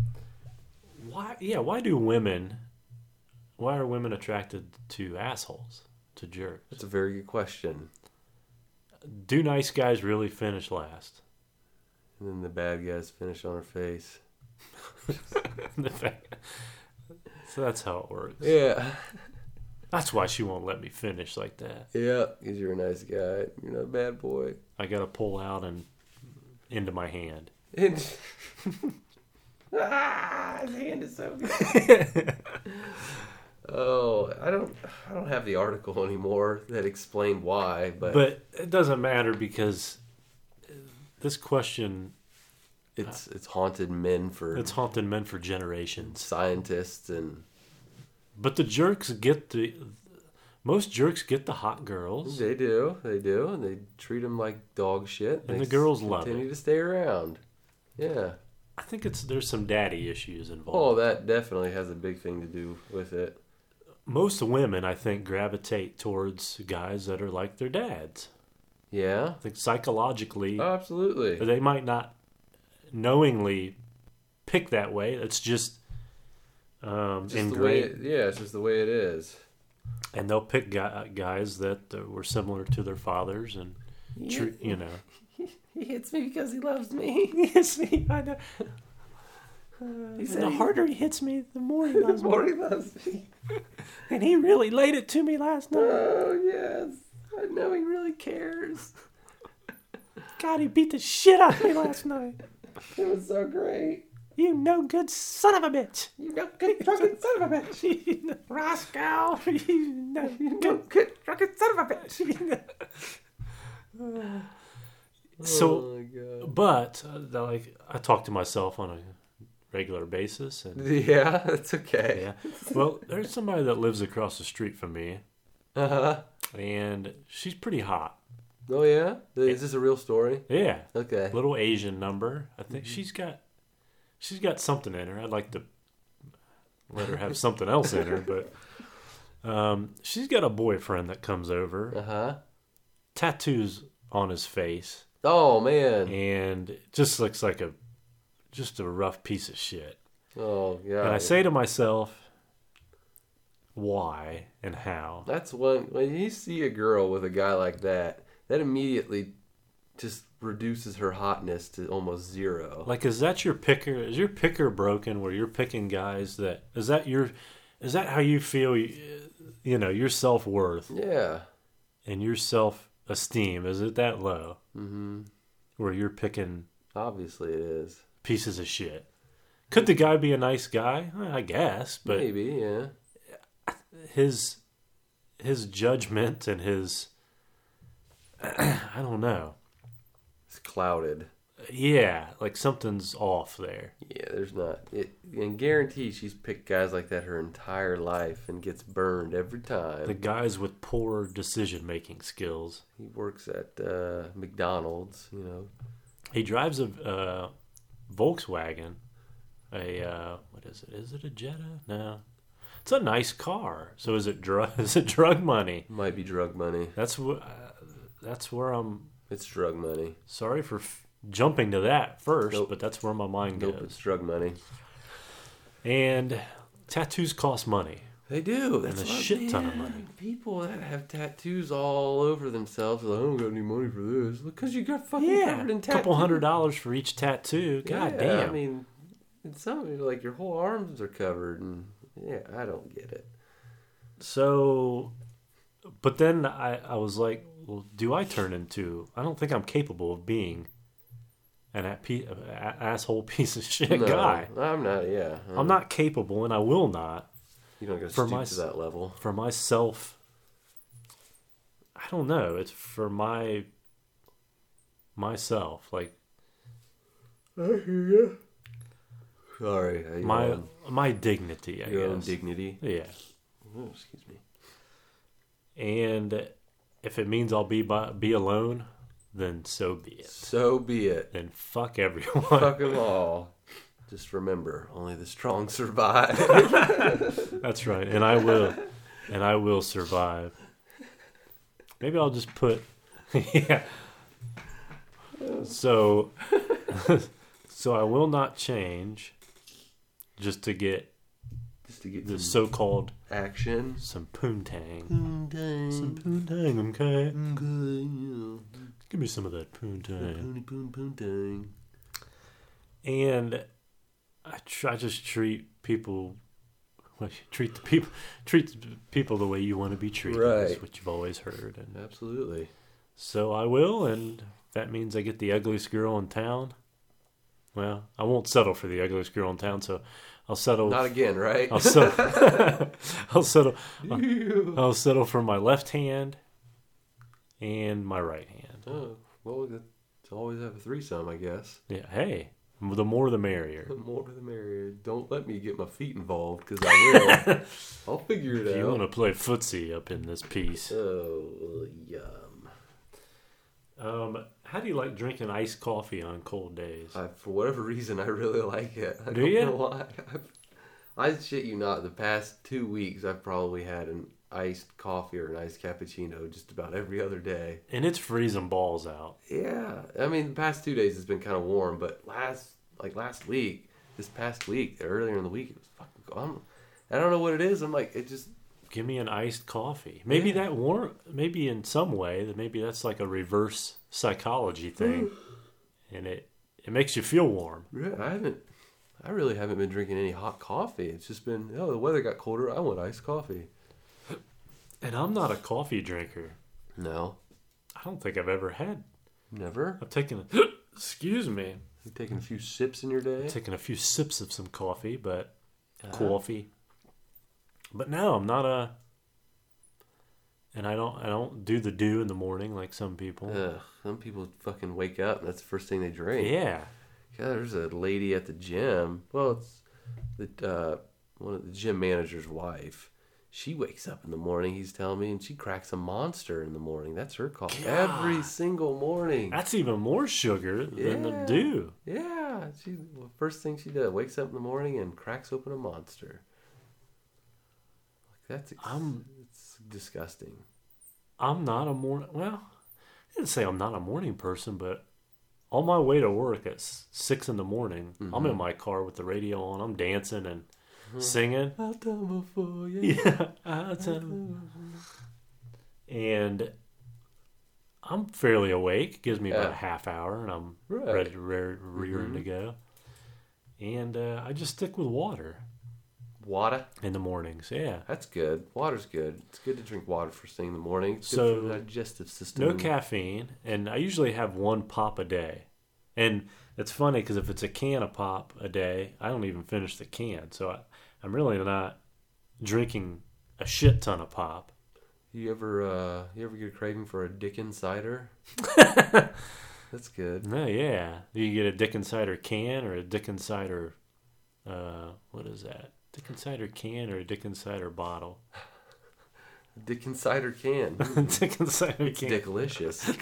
[SPEAKER 1] why? Yeah, why do women? Why are women attracted to assholes, to jerks?
[SPEAKER 2] That's a very good question.
[SPEAKER 1] Do nice guys really finish last? (laughs)
[SPEAKER 2] And then the bad guys finish on her face.
[SPEAKER 1] The fact- so that's how it works.
[SPEAKER 2] Yeah.
[SPEAKER 1] That's why she won't let me finish like that.
[SPEAKER 2] Yeah. Because you're a nice guy. You're not a bad boy. (laughs)
[SPEAKER 1] I gotta pull out and into my hand.
[SPEAKER 2] And ah, his hand is so good.
[SPEAKER 1] (laughs)
[SPEAKER 2] oh, I don't, I don't have the article anymore that explained why, but,
[SPEAKER 1] But it doesn't matter because this question
[SPEAKER 2] it's it's haunted men for
[SPEAKER 1] it's haunted men for generations.
[SPEAKER 2] scientists and
[SPEAKER 1] But the jerks get the most jerks get the hot girls.
[SPEAKER 2] they do, they do, and they treat them like dog shit.
[SPEAKER 1] And
[SPEAKER 2] They
[SPEAKER 1] the girls
[SPEAKER 2] s-
[SPEAKER 1] love
[SPEAKER 2] continue to stay around. Yeah.
[SPEAKER 1] I think it's there's some daddy issues involved.
[SPEAKER 2] Oh, that definitely has a big thing to do with it.
[SPEAKER 1] Most women, I think, gravitate towards guys that are like their dads.
[SPEAKER 2] Yeah.
[SPEAKER 1] I think psychologically,
[SPEAKER 2] Oh, absolutely.
[SPEAKER 1] they might not knowingly pick that way. It's just, um,
[SPEAKER 2] Just the way
[SPEAKER 1] ingrained,
[SPEAKER 2] it, yeah, it's just the way it is.
[SPEAKER 1] and they'll pick gu- guys that uh, were similar to their fathers and. tr- you
[SPEAKER 2] (laughs)
[SPEAKER 1] know,
[SPEAKER 2] He hits me because (laughs) he loves me.
[SPEAKER 1] he hits me. I know.
[SPEAKER 2] He said
[SPEAKER 1] the
[SPEAKER 2] he-
[SPEAKER 1] harder he hits me, the more he loves me.
[SPEAKER 2] Maury loves (laughs) me.
[SPEAKER 1] And he really laid it to me last night.
[SPEAKER 2] Oh yes, I know he really cares.
[SPEAKER 1] God, he beat the shit out of me last (laughs) night.
[SPEAKER 2] It was so great.
[SPEAKER 1] You no good son of a bitch. (laughs)
[SPEAKER 2] You know, good fucking son of a bitch. (laughs)
[SPEAKER 1] Roscoe. (laughs) You no
[SPEAKER 2] You
[SPEAKER 1] good
[SPEAKER 2] good fucking son of a (laughs) bitch. (sighs)
[SPEAKER 1] So,
[SPEAKER 2] oh my god.
[SPEAKER 1] but uh, the- like, I talk to myself on a regular basis, and
[SPEAKER 2] (laughs) Yeah, that's okay.
[SPEAKER 1] yeah. Well, there's somebody that lives across the street from me,
[SPEAKER 2] Uh huh.
[SPEAKER 1] and she's pretty hot.
[SPEAKER 2] Oh yeah. Is this a real story?
[SPEAKER 1] Yeah,
[SPEAKER 2] Okay.
[SPEAKER 1] little Asian number. I think she's got she's got something in her. I'd like to let her have something else in her, but um, she's got a boyfriend that comes over,
[SPEAKER 2] Uh huh.
[SPEAKER 1] tattoos on his face
[SPEAKER 2] Oh man.
[SPEAKER 1] and it just looks like a just a rough piece of shit.
[SPEAKER 2] Oh yeah.
[SPEAKER 1] And I say to myself, why and how?
[SPEAKER 2] That's one when you see a girl with a guy like that, that immediately just reduces her hotness to almost zero.
[SPEAKER 1] Like is that your picker? Is your picker broken where you're picking guys that is that your is that how you feel you you know, your self-worth
[SPEAKER 2] Yeah.
[SPEAKER 1] and your self-esteem is it that low
[SPEAKER 2] hmm
[SPEAKER 1] where you're picking
[SPEAKER 2] Obviously it is.
[SPEAKER 1] pieces of shit? Could the guy be a nice guy? Eh, I guess, but
[SPEAKER 2] Maybe, yeah.
[SPEAKER 1] his his judgment and his (clears throat) I don't know.
[SPEAKER 2] It's clouded.
[SPEAKER 1] Yeah, like something's off there.
[SPEAKER 2] Yeah, there's not. It, and guarantee she's picked guys like that her entire life and gets burned every time.
[SPEAKER 1] The guys with poor decision making skills.
[SPEAKER 2] he works at uh, McDonald's, you know.
[SPEAKER 1] He drives a uh, Volkswagen. A uh, what is it? Is it a Jetta? No, it's a nice car. So is it drug? (laughs) Is it drug money?
[SPEAKER 2] Might be drug money.
[SPEAKER 1] That's wh- uh, that's where I'm.
[SPEAKER 2] It's drug money.
[SPEAKER 1] Sorry for f- jumping to that first,
[SPEAKER 2] Nope.
[SPEAKER 1] but that's where my mind
[SPEAKER 2] Nope,
[SPEAKER 1] goes.
[SPEAKER 2] it's drug money.
[SPEAKER 1] And tattoos cost money.
[SPEAKER 2] They do. That's
[SPEAKER 1] a
[SPEAKER 2] what-
[SPEAKER 1] shit ton of
[SPEAKER 2] man,
[SPEAKER 1] money.
[SPEAKER 2] People that have tattoos all over themselves, are like, I don't got any money for this because you got fucking covered in
[SPEAKER 1] a
[SPEAKER 2] tattoos.
[SPEAKER 1] couple hundred dollars for each tattoo. God
[SPEAKER 2] Yeah,
[SPEAKER 1] damn.
[SPEAKER 2] I mean, in some like your whole arms are covered, and yeah, I don't
[SPEAKER 1] (laughs)
[SPEAKER 2] get it.
[SPEAKER 1] so, but then I, I was like, well, do I turn into? I don't think I'm capable of being an a, pe- a, a- asshole (laughs) piece of shit
[SPEAKER 2] No, Mm.
[SPEAKER 1] guy.
[SPEAKER 2] I'm not. Yeah,
[SPEAKER 1] I'm not capable, and I will not
[SPEAKER 2] You don't get
[SPEAKER 1] for
[SPEAKER 2] stoop
[SPEAKER 1] my
[SPEAKER 2] to
[SPEAKER 1] s-
[SPEAKER 2] that level.
[SPEAKER 1] for myself. I don't know. It's for my myself, like
[SPEAKER 2] Sorry, uh, your
[SPEAKER 1] my
[SPEAKER 2] own-
[SPEAKER 1] my dignity. I
[SPEAKER 2] your own
[SPEAKER 1] guess.
[SPEAKER 2] dignity.
[SPEAKER 1] yeah.
[SPEAKER 2] Oh, excuse
[SPEAKER 1] (laughs)
[SPEAKER 2] me.
[SPEAKER 1] And if it means I'll be by, be alone, then so be it.
[SPEAKER 2] So be it.
[SPEAKER 1] Then fuck everyone.
[SPEAKER 2] Fuck 'em all. Just remember, only the strong (laughs) survive.
[SPEAKER 1] That's right. And I will. And I will survive. Maybe I'll just put (laughs) Yeah. So (laughs) so I will not change just to get
[SPEAKER 2] Just to get
[SPEAKER 1] the
[SPEAKER 2] some
[SPEAKER 1] so-called
[SPEAKER 2] action.
[SPEAKER 1] some poontang. Some poontang, okay? Give me some of that poontang. and I try just treat people well, (laughs) treat the people treat the people the way you want to be treated. Is
[SPEAKER 2] Right.
[SPEAKER 1] what you've always heard, and
[SPEAKER 2] Absolutely.
[SPEAKER 1] so I will, and that means I get the ugliest girl in town. Well, I won't settle for the ugliest girl in town, so I'll settle.
[SPEAKER 2] Not again, right?
[SPEAKER 1] (laughs) I'll settle. (laughs) I'll settle.
[SPEAKER 2] Ew.
[SPEAKER 1] I'll settle for my left hand and my right hand.
[SPEAKER 2] (laughs) Oh, well, that's always have a threesome, I guess.
[SPEAKER 1] Yeah. Hey, the more the merrier.
[SPEAKER 2] The more the merrier. Don't let me get my feet involved, because I
[SPEAKER 1] (laughs)
[SPEAKER 2] will. I'll figure it
[SPEAKER 1] If you
[SPEAKER 2] out.
[SPEAKER 1] want to play footsie up in this piece.
[SPEAKER 2] Oh, yum.
[SPEAKER 1] Um, how do you like drinking iced coffee on cold days?
[SPEAKER 2] I, for whatever reason, I really like it. I
[SPEAKER 1] Do
[SPEAKER 2] don't
[SPEAKER 1] ya?
[SPEAKER 2] know why. (laughs) I've, I shit you not. The past two weeks, I've probably had an iced coffee or an iced cappuccino just about every other day.
[SPEAKER 1] and it's freezing balls out.
[SPEAKER 2] Yeah, I mean, the past two days it's been kind of warm, but last like last week, this past week, earlier in the week, it was fucking. I'm, I don't know what it is. I'm like, it just
[SPEAKER 1] Give me an iced coffee. Maybe that warm. Maybe in some way that maybe that's like a reverse psychology thing, and it it makes you feel warm.
[SPEAKER 2] Yeah, I haven't. I really haven't been drinking any hot coffee. It's just been oh, the weather got colder. I want iced coffee.
[SPEAKER 1] And I'm not a coffee drinker.
[SPEAKER 2] No,
[SPEAKER 1] I don't think I've ever had.
[SPEAKER 2] never.
[SPEAKER 1] I've taken a, (gasps) excuse me,
[SPEAKER 2] You taking a few sips in your day?
[SPEAKER 1] I've taken a few sips of some coffee, but coffee. But no, I'm not a. And I don't I don't do the do in the morning like some people.
[SPEAKER 2] Ugh, some people fucking wake up and that's the first thing they drink.
[SPEAKER 1] yeah.
[SPEAKER 2] God, there's a lady at the gym. Well, it's the uh, one of the gym manager's wife. She wakes up in the morning. He's telling me, and she cracks a monster in the morning. That's her coffee every single morning.
[SPEAKER 1] That's even more sugar than the
[SPEAKER 2] Yeah.
[SPEAKER 1] dew.
[SPEAKER 2] Yeah, she well, first thing she does wakes up in the morning and cracks open a monster. Like that's ex-
[SPEAKER 1] I'm-
[SPEAKER 2] it's disgusting.
[SPEAKER 1] I'm not a morning. Well, didn't say I'm not a morning person, but on my way to work at s- six in the morning, I'm in my car with the radio on. I'm dancing and singing. (laughs)
[SPEAKER 2] I'll done before you.
[SPEAKER 1] Yeah, I tell- and I'm fairly awake. Gives me about
[SPEAKER 2] Yeah.
[SPEAKER 1] a half hour, and I'm
[SPEAKER 2] Right.
[SPEAKER 1] ready, re- rearing to go. And uh, I just stick with water
[SPEAKER 2] Water.
[SPEAKER 1] in the mornings. Yeah,
[SPEAKER 2] That's good. Water's good. It's good to drink water first thing in the morning. It's good
[SPEAKER 1] So,
[SPEAKER 2] for the digestive system.
[SPEAKER 1] no caffeine, and I usually have one pop a day. And it's funny because if it's a can of pop a day, I don't even finish the can, so I, I'm really not drinking a shit ton of pop.
[SPEAKER 2] You ever uh, you ever get a craving for a Dickens
[SPEAKER 1] (laughs)
[SPEAKER 2] cider? That's good.
[SPEAKER 1] No, yeah. Do you get a Dick Insider can or a Dick Insider? Uh, what is that? Dick Insider can or a Dick Insider bottle? (laughs)
[SPEAKER 2] Dickens cider can.
[SPEAKER 1] Dick Insider can.
[SPEAKER 2] Dicklicious.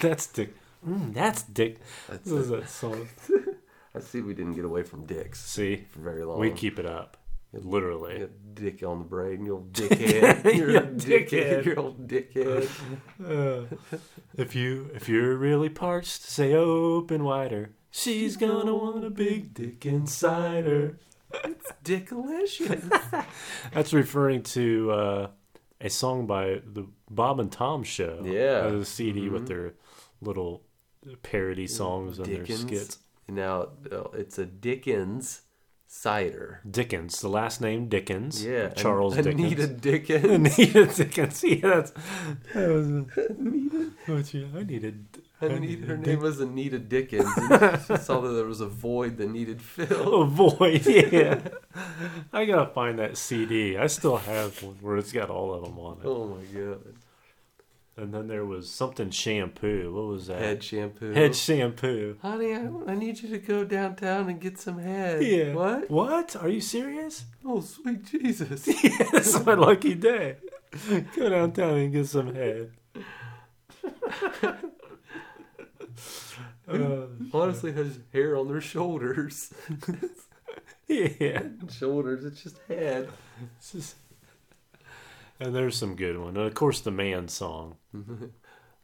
[SPEAKER 1] (laughs) That's Dick. Mm, that's Dick.
[SPEAKER 2] That's
[SPEAKER 1] What is
[SPEAKER 2] it.
[SPEAKER 1] that song?
[SPEAKER 2] I see we didn't get away from dicks
[SPEAKER 1] See,
[SPEAKER 2] for very long.
[SPEAKER 1] we keep it up.
[SPEAKER 2] You
[SPEAKER 1] Literally.
[SPEAKER 2] got dick on the brain, you
[SPEAKER 1] (laughs)
[SPEAKER 2] old dickhead. You're
[SPEAKER 1] You
[SPEAKER 2] a dickhead.
[SPEAKER 1] dickhead.
[SPEAKER 2] You old dickhead.
[SPEAKER 1] Uh, if you if you're really parched, say open wider. She's gonna want a big Dick Insider.
[SPEAKER 2] Dicklicious. (laughs)
[SPEAKER 1] That's referring to uh, a song by the Bob and Tom Show.
[SPEAKER 2] Yeah. Mm-hmm.
[SPEAKER 1] It was a CD with their little parody songs and
[SPEAKER 2] Dickens.
[SPEAKER 1] their skits.
[SPEAKER 2] Now uh, it's a Dickens cider.
[SPEAKER 1] Dickens, the last name Dickens.
[SPEAKER 2] Yeah. An-
[SPEAKER 1] Charles
[SPEAKER 2] Anita
[SPEAKER 1] Dickens. (laughs)
[SPEAKER 2] Dickens.
[SPEAKER 1] Anita Dickens. (laughs) Yeah, that's that
[SPEAKER 2] (laughs)
[SPEAKER 1] was what you. I needed.
[SPEAKER 2] Anita, her name was
[SPEAKER 1] (laughs)
[SPEAKER 2] Anita Dickens. And she saw that there was a void that needed filled.
[SPEAKER 1] Oh boy, yeah. I gotta find that CD. I still have one where it's got all of them on it.
[SPEAKER 2] (laughs) Oh my god.
[SPEAKER 1] And then there was something shampoo. What was that?
[SPEAKER 2] Head shampoo.
[SPEAKER 1] Head shampoo.
[SPEAKER 2] Honey, I, I need you to go downtown and get some head.
[SPEAKER 1] Yeah.
[SPEAKER 2] What?
[SPEAKER 1] What? Are you serious? (laughs)
[SPEAKER 2] Oh, sweet Jesus. (laughs)
[SPEAKER 1] It's my lucky day. Go downtown and get some
[SPEAKER 2] (laughs)
[SPEAKER 1] head. Uh,
[SPEAKER 2] Honestly, has hair on their shoulders. (laughs)
[SPEAKER 1] yeah.
[SPEAKER 2] shoulders, it's just head. (laughs)
[SPEAKER 1] It's just- And there's some good one. And of course, the man song.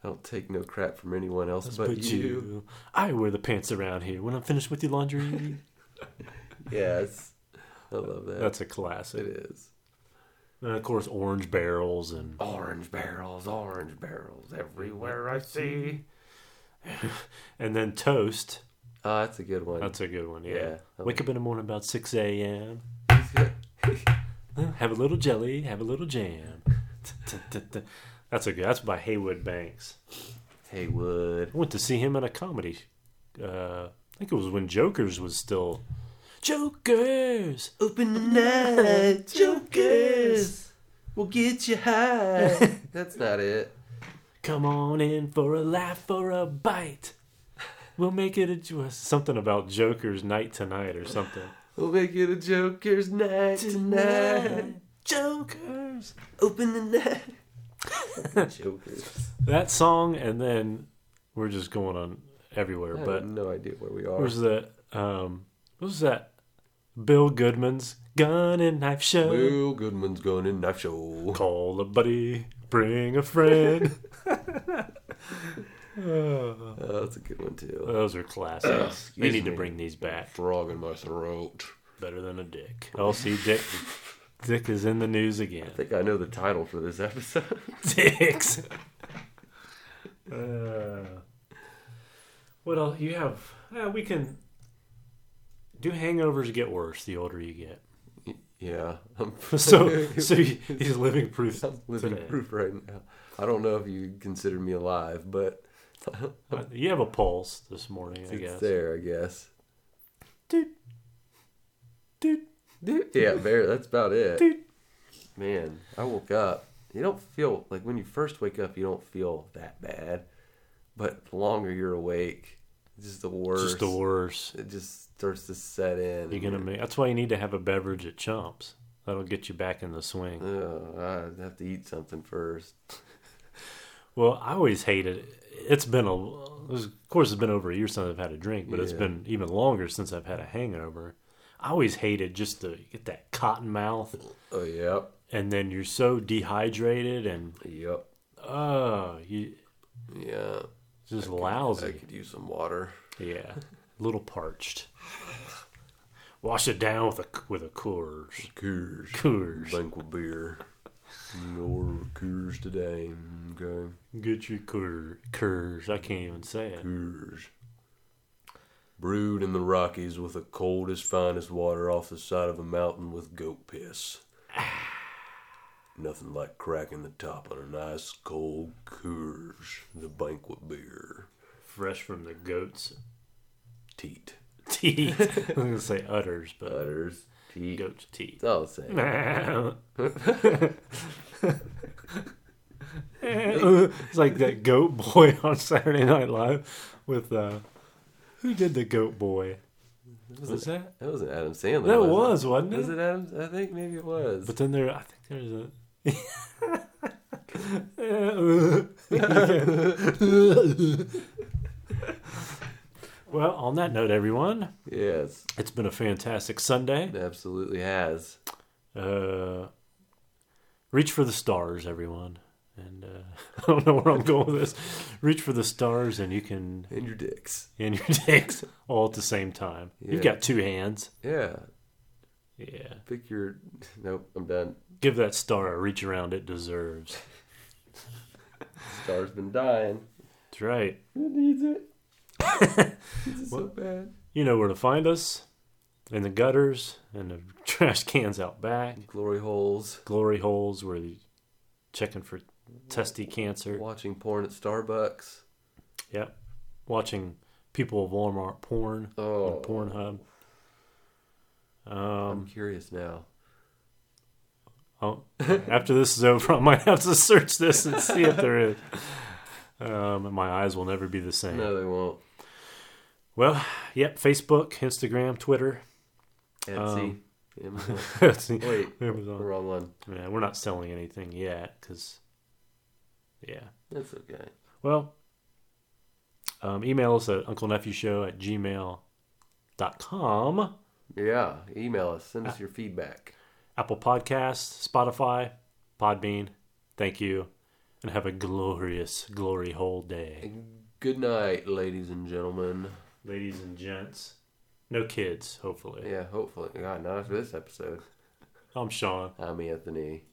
[SPEAKER 2] I don't take no crap from anyone else but, you.
[SPEAKER 1] I wear the pants around here. When I'm finished with your
[SPEAKER 2] (laughs)
[SPEAKER 1] laundry,
[SPEAKER 2] (laughs) Yes. I love that.
[SPEAKER 1] that's a
[SPEAKER 2] it
[SPEAKER 1] classic.
[SPEAKER 2] is.
[SPEAKER 1] And of course, orange barrels and
[SPEAKER 2] Orange barrels, orange barrels everywhere I see.
[SPEAKER 1] and then toast.
[SPEAKER 2] Oh, that's a good one.
[SPEAKER 1] That's a good one. Yeah.
[SPEAKER 2] Yeah.
[SPEAKER 1] Wake up in the morning about six a.m. Have a little jelly, have a little jam. (laughs) That's a good. That's by Haywood Banks.
[SPEAKER 2] Haywood.
[SPEAKER 1] I went to see him in a comedy. Uh, I think it was when Joker's was still Joker's.
[SPEAKER 2] Open the night, jokers. We'll get
[SPEAKER 1] (laughs)
[SPEAKER 2] you high. that's not it.
[SPEAKER 1] Come on in for a laugh or a bite. We'll make it a jo- something about Joker's night tonight or something.
[SPEAKER 2] We'll make it a joker's night tonight.
[SPEAKER 1] Joker's.
[SPEAKER 2] Open the
[SPEAKER 1] (laughs)
[SPEAKER 2] night. jokers.
[SPEAKER 1] (laughs) That song, and then we're just going on everywhere.
[SPEAKER 2] I
[SPEAKER 1] But
[SPEAKER 2] have no idea where we are.
[SPEAKER 1] What was the um what was that Bill Goodman's gun and knife show?
[SPEAKER 2] Will Goodman's Gun and Knife Show.
[SPEAKER 1] Call a buddy, bring a
[SPEAKER 2] (laughs)
[SPEAKER 1] friend. Uh,
[SPEAKER 2] Oh, that's a good one too.
[SPEAKER 1] those are classics. they
[SPEAKER 2] Excuse
[SPEAKER 1] need to
[SPEAKER 2] me.
[SPEAKER 1] bring these back.
[SPEAKER 2] Frog in my throat.
[SPEAKER 1] Better than a dick. Oh see
[SPEAKER 2] (laughs)
[SPEAKER 1] Dick Dick is in the news again.
[SPEAKER 2] I think I know the title for this episode. (laughs)
[SPEAKER 1] Dicks. (laughs) uh, what else you have uh, we can do hangovers get worse the older you get. (laughs)
[SPEAKER 2] yeah, I'm, (laughs)
[SPEAKER 1] So, so he- he's living proof.
[SPEAKER 2] I'm living
[SPEAKER 1] today.
[SPEAKER 2] proof right now. I don't know if you consider me alive, but (laughs)
[SPEAKER 1] Uh, You have a pulse this morning, I
[SPEAKER 2] it's
[SPEAKER 1] guess.
[SPEAKER 2] there, I guess.
[SPEAKER 1] Doot. Doot.
[SPEAKER 2] Dude, yeah, very. That's about
[SPEAKER 1] (laughs)
[SPEAKER 2] it.
[SPEAKER 1] Dude.
[SPEAKER 2] Man, I woke up. You don't feel like when you first wake up, you don't feel that bad, but the longer you're awake, it's just the worst.
[SPEAKER 1] Just the worst.
[SPEAKER 2] It just starts to set in.
[SPEAKER 1] You're gonna make. That's why you need to have a beverage at Chumps. That'll get you back in the swing.
[SPEAKER 2] Ugh, I have to eat something first.
[SPEAKER 1] Well, I always hated. It. It's been a. Of course, it's been over a year since I've had a drink, but it's
[SPEAKER 2] Yeah.
[SPEAKER 1] been even longer since I've had a hangover. I always hated just to get that cotton mouth,
[SPEAKER 2] Oh yep,
[SPEAKER 1] and then you're so dehydrated, and
[SPEAKER 2] yep,
[SPEAKER 1] oh, uh, you
[SPEAKER 2] yeah.
[SPEAKER 1] Just
[SPEAKER 2] I
[SPEAKER 1] lousy.
[SPEAKER 2] could use some water.
[SPEAKER 1] Yeah, a little parched. Wash it down with a with a Coors.
[SPEAKER 2] Coors.
[SPEAKER 1] Coors.
[SPEAKER 2] Banquet beer. Or Coors today. Okay.
[SPEAKER 1] Get your Coors. Coors. I can't even say it.
[SPEAKER 2] Coors. Brewed in the Rockies with the coldest, finest water off the side of a mountain with goat piss. Nothing like cracking the top on an ice cold Coors, the banquet beer.
[SPEAKER 1] Fresh from the goat's (laughs)
[SPEAKER 2] Teat.
[SPEAKER 1] teeth. I was gonna say udders, but
[SPEAKER 2] Butters. Teat.
[SPEAKER 1] goat's teeth.
[SPEAKER 2] It's all the same.
[SPEAKER 1] (laughs) it's like that goat boy (laughs) on Saturday Night Live with uh who did the goat boy? Was that?
[SPEAKER 2] That wasn't Adam Sandler.
[SPEAKER 1] That
[SPEAKER 2] was
[SPEAKER 1] was, wasn't
[SPEAKER 2] It? Was
[SPEAKER 1] it?
[SPEAKER 2] it Adam? I think maybe it was.
[SPEAKER 1] But then there I think there's (laughs) a well, on that note, everyone,
[SPEAKER 2] yes,
[SPEAKER 1] it's been a fantastic Sunday.
[SPEAKER 2] it absolutely has.
[SPEAKER 1] Uh, reach for the stars, everyone. And uh, (laughs) I don't know where I'm going with this. Reach for the stars, and you can
[SPEAKER 2] And your dicks.
[SPEAKER 1] in your (laughs) dicks all at the same time. You've
[SPEAKER 2] Yeah.
[SPEAKER 1] got two hands.
[SPEAKER 2] Yeah.
[SPEAKER 1] Yeah.
[SPEAKER 2] Pick your. (laughs) Nope, I'm done.
[SPEAKER 1] Give that star a reach around it deserves.
[SPEAKER 2] Star's been dying.
[SPEAKER 1] That's right.
[SPEAKER 2] It needs (laughs) it. needs it so bad.
[SPEAKER 1] You know where to find us in the gutters and the (laughs) trash cans out back,
[SPEAKER 2] Glory holes.
[SPEAKER 1] glory holes where you're checking for testy cancer.
[SPEAKER 2] Watching porn at Starbucks.
[SPEAKER 1] Yep. Watching people of Walmart porn
[SPEAKER 2] Oh.
[SPEAKER 1] on Pornhub.
[SPEAKER 2] I'm
[SPEAKER 1] Um,
[SPEAKER 2] curious now.
[SPEAKER 1] oh, after this is over, (laughs) I might have to search this and see if there is. Um, and my eyes will never be the same.
[SPEAKER 2] No, they won't.
[SPEAKER 1] Well, yep. Facebook, Instagram, Twitter. (laughs)
[SPEAKER 2] Etsy.
[SPEAKER 1] Um,
[SPEAKER 2] (laughs) Amazon. Wait. The
[SPEAKER 1] Amazon.
[SPEAKER 2] wrong one.
[SPEAKER 1] Yeah, we're not selling anything yet because, yeah.
[SPEAKER 2] That's okay.
[SPEAKER 1] Well, um, email us at uncle nephew show at gmail.com,
[SPEAKER 2] Yeah. Email us. Send
[SPEAKER 1] Ah.
[SPEAKER 2] us your feedback.
[SPEAKER 1] Apple Podcasts, Spotify, Podbean. Thank you, and have a glorious, glory hole day,
[SPEAKER 2] And good night, ladies and gentlemen.
[SPEAKER 1] ladies and gents. No kids, hopefully.
[SPEAKER 2] Yeah, hopefully. God, not after this episode.
[SPEAKER 1] I'm Sean.
[SPEAKER 2] I'm Anthony.